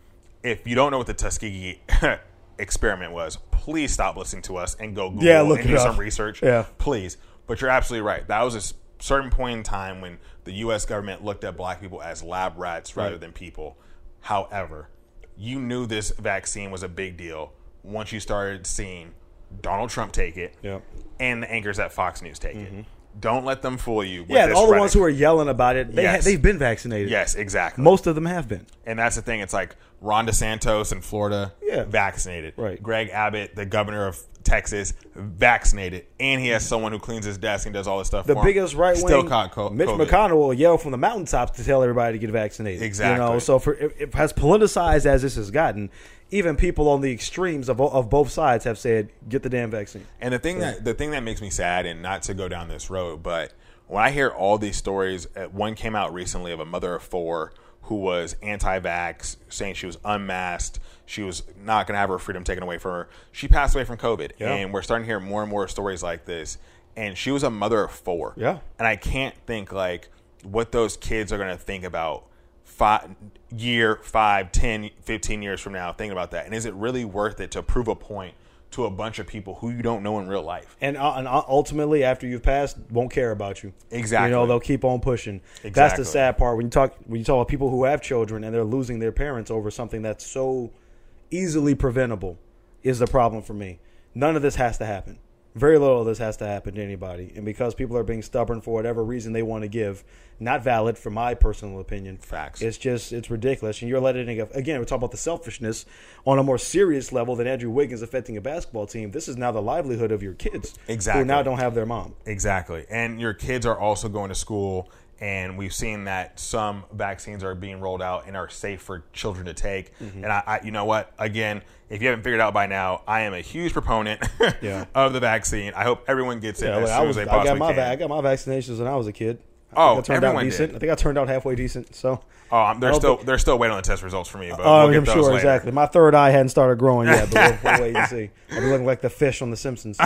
Speaker 1: if you don't know what the Tuskegee experiment was, please stop listening to us and go Google
Speaker 2: Yeah, look
Speaker 1: and
Speaker 2: it
Speaker 1: do
Speaker 2: up.
Speaker 1: some research.
Speaker 2: Yeah.
Speaker 1: Please. But you're absolutely right. That was a s- certain point in time when the US government looked at black people as lab rats rather than people. However, you knew this vaccine was a big deal once you started seeing Donald Trump take it
Speaker 2: Yep. Mm-hmm.
Speaker 1: and the anchors at Fox News take it. Don't let them fool you. With
Speaker 2: yeah, and
Speaker 1: this
Speaker 2: all the
Speaker 1: rhetoric.
Speaker 2: ones who are yelling about it, they ha-
Speaker 1: Yes.
Speaker 2: they've been vaccinated.
Speaker 1: Yes, exactly.
Speaker 2: Most of them have been.
Speaker 1: And that's the thing. It's like Ron DeSantos in Florida,
Speaker 2: Yeah.
Speaker 1: vaccinated.
Speaker 2: Right.
Speaker 1: Greg Abbott, the governor of Texas, vaccinated, and he has someone who cleans his desk and does all this stuff.
Speaker 2: The
Speaker 1: for him.
Speaker 2: biggest right wing,
Speaker 1: still caught co-
Speaker 2: Mitch
Speaker 1: COVID.
Speaker 2: McConnell will yell from the mountaintops to tell everybody to get vaccinated. You know,
Speaker 1: Exactly.
Speaker 2: so for if, if as politicized as this has gotten, even people on the extremes of, o- of both sides have said, "Get the damn vaccine."
Speaker 1: And the thing that the thing that makes me sad, and not to go down this road, but when I hear all these stories, uh, one came out recently of a mother of four who was anti-vax, saying she was unmasked, she was not going to have her freedom taken away from her. She passed away from COVID, and we're starting to hear more and more stories like this. And she was a mother of four.
Speaker 2: Yeah.
Speaker 1: and I can't think like what those kids are going to think about five year five ten fifteen years from now thinking about that and is it really worth it to prove a point to a bunch of people who you don't know in real life
Speaker 2: and uh, and uh, ultimately after you've passed won't care about you
Speaker 1: Exactly.
Speaker 2: you know they'll keep on pushing that's the
Speaker 1: Exactly.
Speaker 2: sad part when you talk when you talk about people who have children and they're losing their parents over something that's so easily preventable is the problem for me none of this has to happen very little of this has to happen to anybody and because people are being stubborn for whatever reason they want to give not valid from my personal opinion
Speaker 1: Facts.
Speaker 2: it's just it's ridiculous and you're letting it again we're talking about the selfishness on a more serious level than andrew wiggins affecting a basketball team this is now the livelihood of your kids who
Speaker 1: Exactly.
Speaker 2: now don't have their mom.
Speaker 1: exactly and your kids are also going to school and we've seen that some vaccines are being rolled out and are safe for children to take and I, I you know what again if you haven't figured out by now i am a huge proponent
Speaker 2: Yeah.
Speaker 1: of the vaccine i hope everyone gets it
Speaker 2: Yeah,
Speaker 1: as
Speaker 2: like,
Speaker 1: soon
Speaker 2: I was
Speaker 1: as they
Speaker 2: I
Speaker 1: possibly
Speaker 2: got my
Speaker 1: can
Speaker 2: va- I got my vaccinations when I was a kid. I
Speaker 1: Oh,
Speaker 2: think I turned out
Speaker 1: everyone
Speaker 2: decent.
Speaker 1: did.
Speaker 2: I think I turned out halfway decent. So,
Speaker 1: Oh, um,
Speaker 2: I
Speaker 1: they're
Speaker 2: don't
Speaker 1: still
Speaker 2: think-
Speaker 1: they're still waiting on the test results for me, but
Speaker 2: Oh,
Speaker 1: we'll get
Speaker 2: I'm
Speaker 1: those
Speaker 2: sure
Speaker 1: later.
Speaker 2: exactly. My third eye hadn't started growing yet, but we'll, we'll wait and see. I'll be looking like the fish on The Simpsons.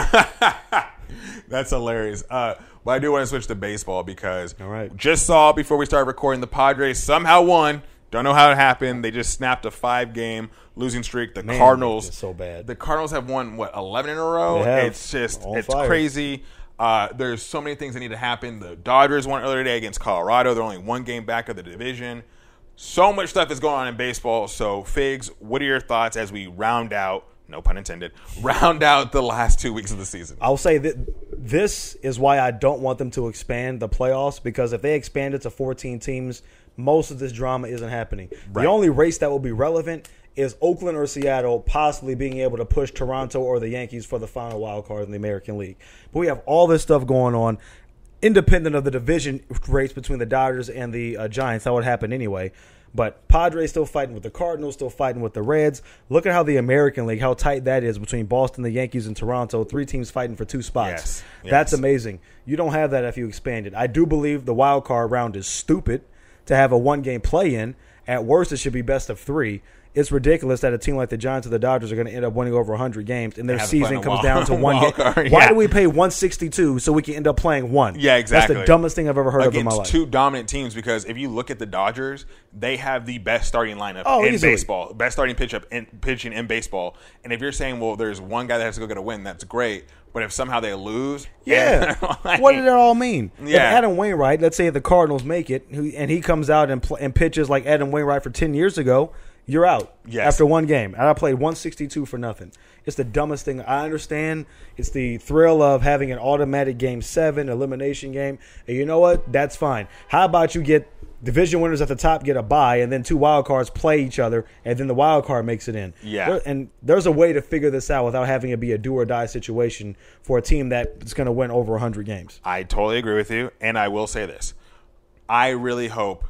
Speaker 1: That's hilarious. Uh, but I do want to switch to baseball because
Speaker 2: All right.
Speaker 1: just saw before we started recording the Padres somehow won. Don't know how it happened. They just snapped a five game losing streak. The Cardinals
Speaker 2: it's so bad.
Speaker 1: The Cardinals have won what eleven in a row.
Speaker 2: They have.
Speaker 1: It's just
Speaker 2: On
Speaker 1: it's
Speaker 2: fire.
Speaker 1: crazy. Uh, there's so many things that need to happen. The Dodgers won earlier today against Colorado. They're only one game back of the division. So much stuff is going on in baseball. So, Figs, what are your thoughts as we round out, no pun intended, round out the last two weeks of the season?
Speaker 2: I'll say that this is why I don't want them to expand the playoffs because if they expand it to 14 teams, most of this drama isn't happening.
Speaker 1: Right.
Speaker 2: The only race that will be relevant is Oakland or Seattle possibly being able to push Toronto or the Yankees for the final wild card in the American League. But we have all this stuff going on. Independent of the division race between the Dodgers and the uh, Giants, that would happen anyway. But Padres still fighting with the Cardinals, still fighting with the Reds. Look at how the American League, how tight that is between Boston, the Yankees, and Toronto. Three teams fighting for two spots.
Speaker 1: Yes.
Speaker 2: That's
Speaker 1: Yes.
Speaker 2: amazing. You don't have that if you expand it. I do believe the wild card round is stupid to have a one game play in. At worst, it should be best of three. It's ridiculous that a team like the Giants or the Dodgers are going to end up winning over 100 games and their
Speaker 1: They haven't played in
Speaker 2: season
Speaker 1: a wild-
Speaker 2: comes down to one game.
Speaker 1: wild card,
Speaker 2: Why
Speaker 1: yeah.
Speaker 2: do we pay 162 so we can end up playing one?
Speaker 1: Yeah, exactly.
Speaker 2: That's the dumbest thing I've ever heard of in my life.
Speaker 1: Against two dominant teams, because if you look at the Dodgers, they have the best starting lineup
Speaker 2: Oh,
Speaker 1: in
Speaker 2: easily.
Speaker 1: baseball, best starting pitch up in, pitching in baseball. And if you're saying, well, there's one guy that has to go get a win, that's great. But if somehow they lose,
Speaker 2: Yeah.
Speaker 1: like-
Speaker 2: what did it all mean? If
Speaker 1: Yeah.
Speaker 2: Adam Wainwright, let's say the Cardinals make it, who, and he comes out and, pl- and pitches like Adam Wainwright for 10 years ago, you're out
Speaker 1: Yes.
Speaker 2: after one game. And I played 162 for nothing. It's the dumbest thing. I understand it's the thrill of having an automatic game seven, elimination game. And you know what? That's fine. How about you get division winners at the top get a bye and then two wild cards play each other and then the wild card makes it in
Speaker 1: Yeah.
Speaker 2: There- and there's a way to figure this out without having it be a do or die situation for a team that's going to win over 100 games.
Speaker 1: I totally agree with you, and I will say this: I really hope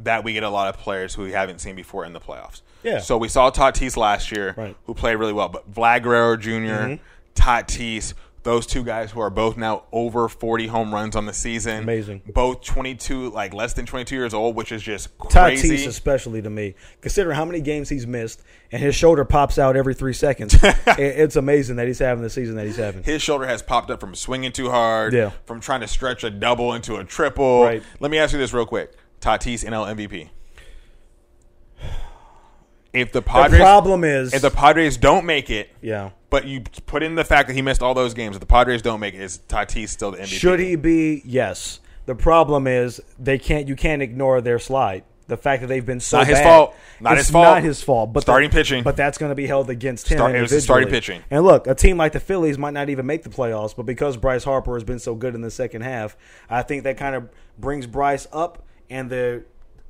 Speaker 1: that we get a lot of players who we haven't seen before in the playoffs.
Speaker 2: Yeah.
Speaker 1: So we saw Tatis last year,
Speaker 2: Right. Mm-hmm.
Speaker 1: who played really well, but Vlad Guerrero junior Tatis, Those two guys who are both now over 40 home runs on the season.
Speaker 2: Amazing.
Speaker 1: Both 22, like less than 22 years old, which is just
Speaker 2: Tatis
Speaker 1: crazy.
Speaker 2: especially to me, considering how many games he's missed and his shoulder pops out every three seconds. it, it's amazing that he's having the season that he's having.
Speaker 1: his shoulder has popped up from swinging too hard,
Speaker 2: Yeah.
Speaker 1: from trying to stretch a double into a triple.
Speaker 2: Right.
Speaker 1: Let me ask you this real quick: Tatis NL MVP. If the
Speaker 2: The
Speaker 1: Padres,
Speaker 2: problem is,
Speaker 1: if the Padres don't make it,
Speaker 2: yeah,
Speaker 1: but you put in the fact that he missed all those games, if the Padres don't make it, is Tatis still the MVP?
Speaker 2: should he be? Yes. The problem is they can't. You can't ignore their slide. The fact that they've been so
Speaker 1: Not his
Speaker 2: bad.
Speaker 1: fault. Not
Speaker 2: It's
Speaker 1: his fault.
Speaker 2: Not his fault. But the-
Speaker 1: Starting pitching.
Speaker 2: But that's going to be held against him.
Speaker 1: Start- it was his starting
Speaker 2: individually.
Speaker 1: pitching.
Speaker 2: And look, a team like the Phillies might not even make the playoffs, but because Bryce Harper has been so good in the second half, I think that kind of brings Bryce up, and the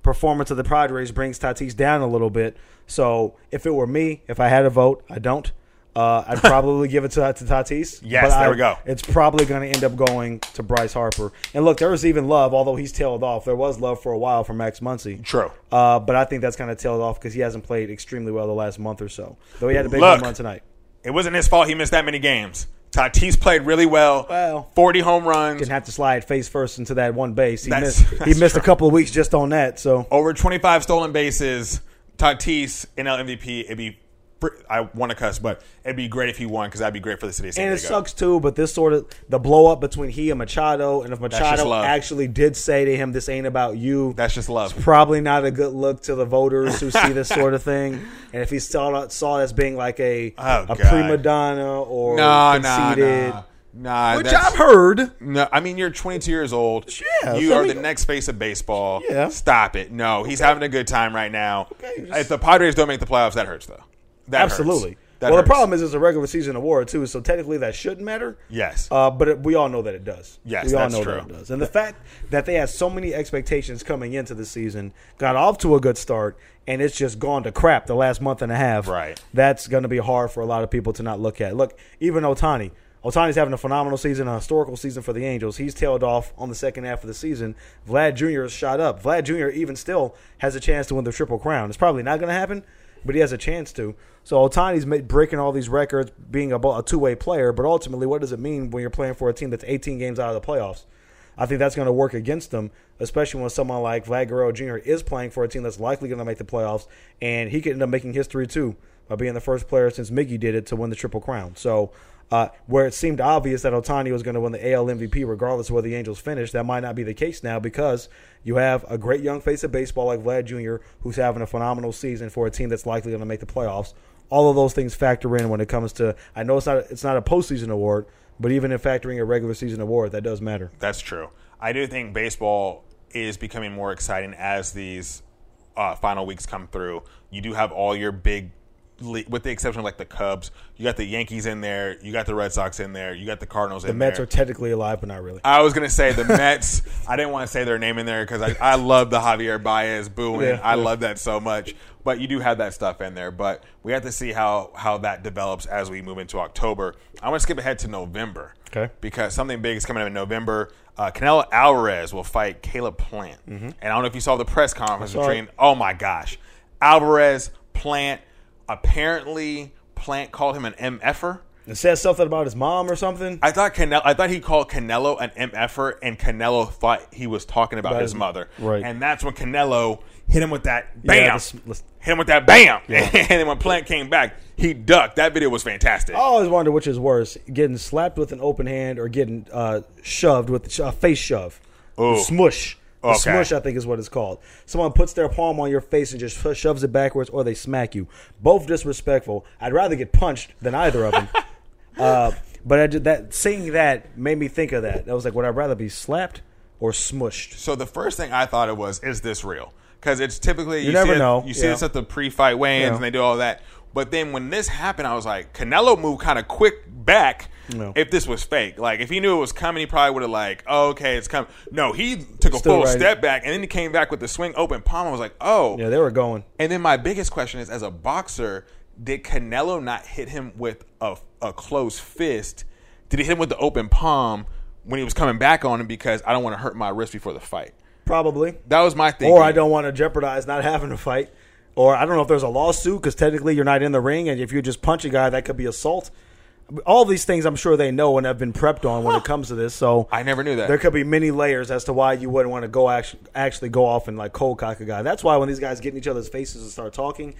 Speaker 2: performance of the Padres brings Tatis down a little bit. So if it were me, if I had a vote, I don't. Uh, I'd probably give it to, to Tatis.
Speaker 1: Yes,
Speaker 2: but
Speaker 1: there
Speaker 2: I-
Speaker 1: we go.
Speaker 2: It's probably going to end up going to Bryce Harper. And look, there was even love, although he's tailed off. There was love for a while for Max Muncy.
Speaker 1: True.
Speaker 2: Uh, but I think that's kind of tailed off because he hasn't played extremely well the last month or so. Though he had a big
Speaker 1: Look.
Speaker 2: home run tonight.
Speaker 1: It wasn't his fault he missed that many games. Tatis played really well.
Speaker 2: Well.
Speaker 1: forty home runs.
Speaker 2: Didn't have to slide face first into that one base. He
Speaker 1: That's-
Speaker 2: missed. he
Speaker 1: that's
Speaker 2: missed a
Speaker 1: true. Oh,
Speaker 2: couple of weeks just on that. So
Speaker 1: over 25 stolen bases. Tatis NL MVP. It'd be fr- I want to cuss, but it'd be great if he won because that'd be great for the city of San
Speaker 2: and it
Speaker 1: Diego.
Speaker 2: sucks too. But this sort of the blow up between he and Machado, and if
Speaker 1: just
Speaker 2: Machado
Speaker 1: love.
Speaker 2: actually did say to him, "This ain't about you,"
Speaker 1: That's just love.
Speaker 2: probably not a good look to the voters who see this sort of thing. And if he saw saw it as being like a
Speaker 1: Oh,
Speaker 2: a
Speaker 1: God.
Speaker 2: prima donna or
Speaker 1: Nah, nah,
Speaker 2: conceited.
Speaker 1: nah, nah.
Speaker 2: Which
Speaker 1: that's-
Speaker 2: I've heard.
Speaker 1: No, I mean you're 22 years old.
Speaker 2: Yeah,
Speaker 1: you
Speaker 2: so
Speaker 1: are
Speaker 2: we-
Speaker 1: the next face of baseball.
Speaker 2: Yeah.
Speaker 1: Stop it. No, he's having a good time right now.
Speaker 2: Okay, just-
Speaker 1: If the Padres don't make the playoffs, that hurts though. That hurts.
Speaker 2: Absolutely.
Speaker 1: That
Speaker 2: well,
Speaker 1: hurts.
Speaker 2: the problem is it's a regular season award too, so technically that shouldn't matter.
Speaker 1: Yes.
Speaker 2: Uh, but it, we all know that it does.
Speaker 1: Yes,
Speaker 2: we all
Speaker 1: that's
Speaker 2: know
Speaker 1: true.
Speaker 2: that it does. And the fact that they had so many expectations coming into the season, got off to a good start, and it's just gone to crap the last month and a half.
Speaker 1: Right.
Speaker 2: That's going to be hard for a lot of people to not look at. Look, even Otani. Otani's having a phenomenal season, a historical season for the Angels. He's tailed off on the second half of the season. Vlad Jr. is shot up. Vlad Jr. even still has a chance to win the Triple Crown. It's probably not going to happen, but he has a chance to. So Otani's ma- breaking all these records, being a, bo- a two way player. But ultimately, what does it mean when you're playing for a team that's 18 games out of the playoffs? I think that's going to work against them, especially when someone like Vlad Guerrero Jr. is playing for a team that's likely going to make the playoffs, and he could end up making history too by being the first player since Miggy did it to win the Triple Crown. So, uh, where it seemed obvious that Otani was going to win the AL MVP regardless of where the Angels finished, that might not be the case now because you have a great young face of baseball like Vlad Jr., who's having a phenomenal season for a team that's likely going to make the playoffs. All of those things factor in when it comes to. I know it's not it's not a postseason award, but even in factoring a regular season award, that does matter.
Speaker 1: That's true. I do think baseball is becoming more exciting as these uh, final weeks come through. You do have all your big, le- with the exception of like the Cubs, you got the Yankees in there, you got the Red Sox in there, you got the Cardinals
Speaker 2: The
Speaker 1: in
Speaker 2: Mets
Speaker 1: there.
Speaker 2: are technically alive, but not really.
Speaker 1: I was gonna say the Mets. I didn't want to say their name in there because I, I love the Javier Baez booing.
Speaker 2: Yeah.
Speaker 1: I love that so much. But you do have that stuff in there. But we have to see how how that develops as we move into October. I want to skip ahead to November.
Speaker 2: Okay.
Speaker 1: Because something big is coming up in November. Uh, Canelo Alvarez will fight Caleb Plant, and I don't know if you saw the press conference
Speaker 2: Mm-hmm. saw it.
Speaker 1: between. Oh my gosh, Alvarez Plant. Apparently, Plant called him an mf'er.
Speaker 2: It says something about his mom or something.
Speaker 1: I thought Canelo. I thought he called Canelo an mf'er, and Canelo thought he was talking about his
Speaker 2: his-
Speaker 1: mother.
Speaker 2: right.
Speaker 1: and that's when Canelo hit him with that bam.
Speaker 2: this- listen.
Speaker 1: hit him with that bam, and then when Plant came back, he ducked. That video was fantastic.
Speaker 2: I always wonder which is worse: getting slapped with an open hand or getting uh, shoved with a face shove,
Speaker 1: Ooh.
Speaker 2: The smush. The
Speaker 1: Okay.
Speaker 2: Smush, I think, is what it's called. Someone puts their palm on your face and just sho- shoves it backwards, or they smack you. Both disrespectful. I'd rather get punched than either of them. uh, but I did that seeing that made me think of that. I was like, would I rather be slapped or smushed?
Speaker 1: So the first thing I thought it was, is this real? Because it's typically you,
Speaker 2: never
Speaker 1: see it-
Speaker 2: know.
Speaker 1: You see
Speaker 2: Yeah.
Speaker 1: this at the pre-fight weigh-ins,
Speaker 2: Yeah.
Speaker 1: and they do all that. But then when this happened, I was like, Canelo moved kind of quick back.
Speaker 2: No.
Speaker 1: If this was fake, like if he knew it was coming, he probably would have like, oh, okay, it's coming. No, he took a
Speaker 2: Still
Speaker 1: full
Speaker 2: right.
Speaker 1: step back, and then he came back with the swing open palm. I was like, oh.
Speaker 2: Yeah, they were going.
Speaker 1: And then my biggest question is, as a boxer, did Canelo not hit him with a, a closed fist? Did he hit him with the open palm when he was coming back on him? Because I don't want to hurt my wrist before the fight.
Speaker 2: Probably.
Speaker 1: That was my thing.
Speaker 2: or I don't want to jeopardize not having a fight. Or I don't know if there's a lawsuit because technically you're not in the ring, and if you just punch a guy, that could be assault. all these things I'm sure they know and have been prepped on when it comes to this. So
Speaker 1: I never knew that.
Speaker 2: there could be many layers as to why you wouldn't want to go actually, actually go off and like cold cock a guy. That's why when these guys get in each other's faces and start talking,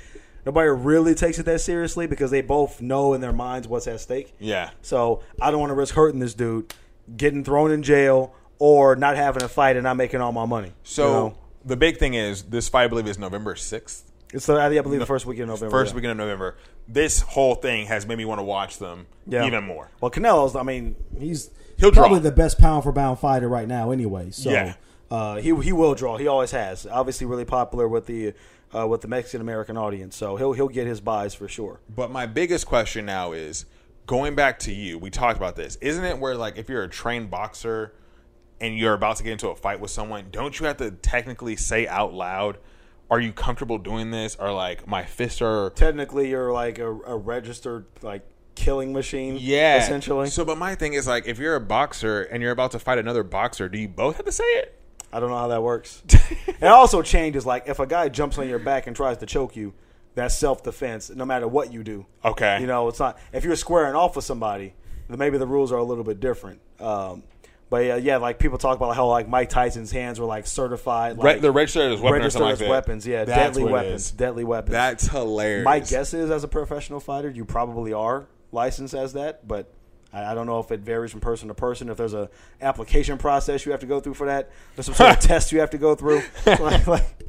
Speaker 2: nobody really takes it that seriously because they both know in their minds what's at stake.
Speaker 1: Yeah.
Speaker 2: So I don't want to risk hurting this dude, getting thrown in jail, or not having a fight and not making all my money.
Speaker 1: So
Speaker 2: you know?
Speaker 1: the big thing is this fight. I believe is November sixth.
Speaker 2: it's the, I think- I believe the first weekend of November.
Speaker 1: First
Speaker 2: yeah.
Speaker 1: weekend of November. This whole thing has made me want to watch them
Speaker 2: Yeah.
Speaker 1: even more.
Speaker 2: Well, Canelo's. I mean,
Speaker 4: He's
Speaker 1: He'll draw.
Speaker 4: probably the best pound for pound fighter right now, anyway. So
Speaker 1: Yeah.
Speaker 2: Uh, he he will draw. He always has. Obviously, really popular with the uh, with the Mexican American audience. So he'll he'll get his buys for sure.
Speaker 1: But my biggest question now is going back to you. We talked about this. Isn't it where like if you're a trained boxer and you're about to get into a fight with someone, don't you have to technically say out loud, "Are you comfortable doing this?" Or like, "My fists are."
Speaker 2: Technically, you're like a, a registered like killing machine.
Speaker 1: Yeah,
Speaker 2: essentially.
Speaker 1: So, but my thing is like, if you're a boxer and you're about to fight another boxer, do you both have to say it?
Speaker 2: I don't know how that works. it also changes. Like if a guy jumps on your back and tries to choke you, that's self defense. No matter what you do.
Speaker 1: Okay.
Speaker 2: You know, it's not if you're squaring off with somebody, then maybe the rules are a little bit different. Um, but yeah, yeah, like people talk about how like Mike Tyson's hands were like certified, like,
Speaker 1: Re- they're registered as weapons or
Speaker 2: registered
Speaker 1: something
Speaker 2: as
Speaker 1: like that.
Speaker 2: weapons, yeah,
Speaker 1: That's
Speaker 2: deadly
Speaker 1: what it
Speaker 2: weapons,
Speaker 1: is.
Speaker 2: deadly weapons.
Speaker 1: That's hilarious.
Speaker 2: My guess is, as a professional fighter, you probably are licensed as that, but I, I don't know if it varies from person to person. If there's a application process you have to go through for that, there's some sort of test you have to go through. Like- like-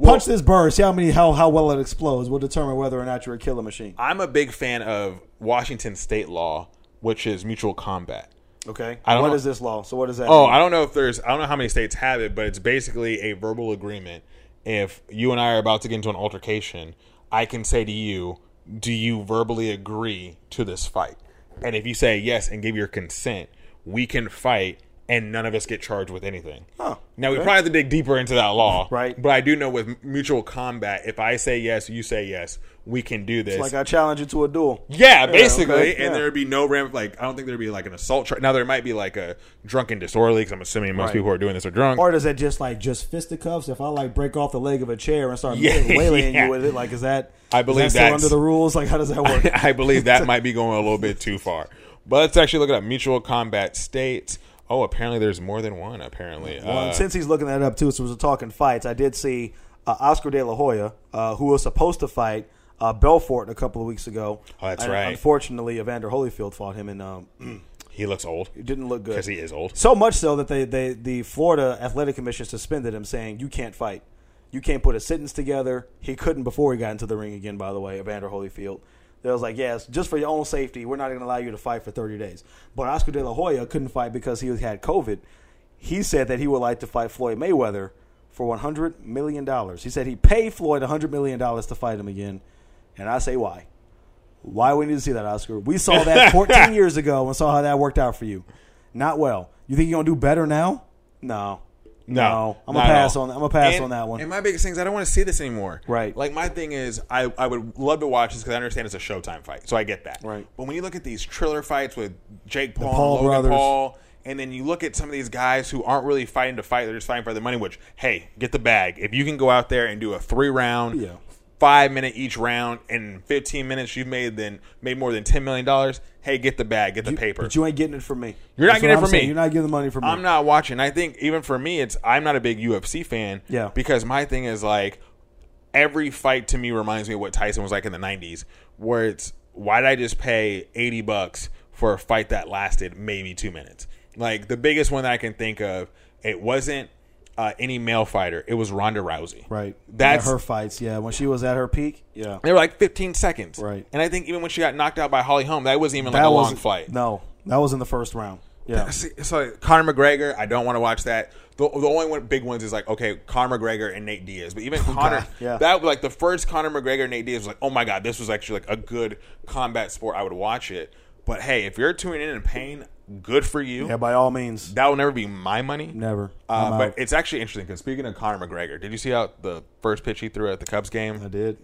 Speaker 4: punch this bird, see how many how how well it explodes. will determine whether or not you're a killer machine.
Speaker 1: I'm a big fan of Washington state law, which is mutual combat.
Speaker 2: okay,
Speaker 1: I don't
Speaker 2: what
Speaker 1: know.
Speaker 2: is this law? So what does that?
Speaker 1: Oh,
Speaker 2: mean?
Speaker 1: I don't know if there's, I don't know how many states have it, but it's basically a verbal agreement. If you and I are about to get into an altercation, I can say to you, Do you verbally agree to this fight? And if you say yes and give your consent, we can fight and none of us get charged with anything. now, we probably have to dig deeper into that law.
Speaker 2: Right.
Speaker 1: But I do know with mutual combat, if I say yes, you say yes, we can do this.
Speaker 2: like I challenge you to a duel.
Speaker 1: Yeah, basically,
Speaker 2: okay, yeah.
Speaker 1: and there'd be no ramp. Like I don't think there'd be like an assault. Tra- now there might be like a drunken disorderly because I'm assuming most people who are doing this are drunk.
Speaker 4: Or does that just like just fisticuffs? If I like break off the leg of a chair and start
Speaker 1: Yeah,
Speaker 4: wailing
Speaker 1: yeah.
Speaker 4: you with it, like is that
Speaker 1: I
Speaker 4: is
Speaker 1: believe
Speaker 4: that still
Speaker 1: that's- Uh,
Speaker 4: under the rules? Like how does that work?
Speaker 1: I believe that might be going a little bit too far. But let's actually look at mutual combat states. Oh, apparently there's more than one. Apparently,
Speaker 4: Well,
Speaker 1: uh,
Speaker 4: and
Speaker 2: Um, since he's looking that up too, so we're talking fights. I did see uh, Oscar De La Hoya, uh, who was supposed to fight uh, Belfort a couple of weeks ago.
Speaker 1: Oh, that's
Speaker 2: And
Speaker 1: right.
Speaker 2: Unfortunately, Evander Holyfield fought him, and um,
Speaker 1: he looks old
Speaker 2: it didn't look good.
Speaker 1: because he is old.
Speaker 2: So much so that they, they the Florida Athletic Commission suspended him, saying you can't fight, you can't put a sentence together. He couldn't before he got into the ring again. By the way, Evander Holyfield. They was like, yes, just for your own safety, we're not going to allow you to fight for 30 days. But Oscar De La Hoya couldn't fight because he had COVID. He said that he would like to fight Floyd Mayweather for 100 million dollars. He said he paid Floyd 100 million dollars to fight him again, and I say why. Why we need to see that, Oscar? We saw that 14 years ago and saw how that worked out for you. Not well.
Speaker 4: You think you're gonna do better now?
Speaker 2: No.
Speaker 1: No,
Speaker 2: I'm
Speaker 1: not
Speaker 2: gonna
Speaker 1: at
Speaker 2: pass
Speaker 1: all.
Speaker 2: on I'm gonna pass
Speaker 1: And-
Speaker 2: on that one.
Speaker 1: And my biggest thing is I don't want to see this anymore.
Speaker 2: Right.
Speaker 1: Like my thing is I, I would love to watch this because I understand it's a Showtime fight, so I get that.
Speaker 2: Right.
Speaker 1: But when you look at these Triller fights with Jake Paul,
Speaker 4: Paul
Speaker 1: and Logan
Speaker 4: brothers.
Speaker 1: Paul, and then you look at some of these guys who aren't really fighting to fight; they're just fighting for the money. Which, hey, get the bag. If you can go out there and do a three round,
Speaker 4: Yeah.
Speaker 1: five minute each round, in fifteen minutes you've made then made more than ten million dollars. Hey, get the bag, get the paper.
Speaker 2: But you ain't getting it from me.
Speaker 1: You're
Speaker 4: That's what
Speaker 1: not getting it
Speaker 4: I'm
Speaker 1: from
Speaker 4: saying.
Speaker 1: me.
Speaker 4: You're not getting the money from me.
Speaker 1: I'm not watching. I think even for me, it's I'm not a big UFC fan.
Speaker 2: Yeah.
Speaker 1: Because my thing is like every fight to me reminds me of what Tyson was like in the '90s, where it's why did I just pay 80 bucks for a fight that lasted maybe two minutes? Like the biggest one that I can think of, it wasn't uh, any male fighter. It was Ronda Rousey.
Speaker 4: Right.
Speaker 1: That's
Speaker 4: Yeah, her fights. Yeah, when she was at her peak.
Speaker 2: Yeah.
Speaker 1: They were like 15 seconds.
Speaker 4: Right.
Speaker 1: And I think even when she got knocked out by Holly Holm, that wasn't even like
Speaker 4: That
Speaker 1: a
Speaker 4: was
Speaker 1: long fight.
Speaker 4: No, that was in the first round. Yeah.
Speaker 1: See, so Conor McGregor, I don't want to watch that. The, the only one big ones is like okay, Conor McGregor and Nate Diaz, but
Speaker 4: Oh,
Speaker 1: even Conor,
Speaker 2: yeah.
Speaker 1: that like the first Conor McGregor and Nate Diaz was like, oh my god, this was actually like a good combat sport. I would watch it. But hey, if you're tuning in in pain, good for you.
Speaker 2: Yeah, by all means.
Speaker 1: That will never be my money.
Speaker 4: Never. I'm
Speaker 1: Uh,
Speaker 4: out.
Speaker 1: but it's actually interesting because speaking of Conor McGregor, did you see how the first pitch he threw at the Cubs
Speaker 4: I
Speaker 1: game?
Speaker 4: did.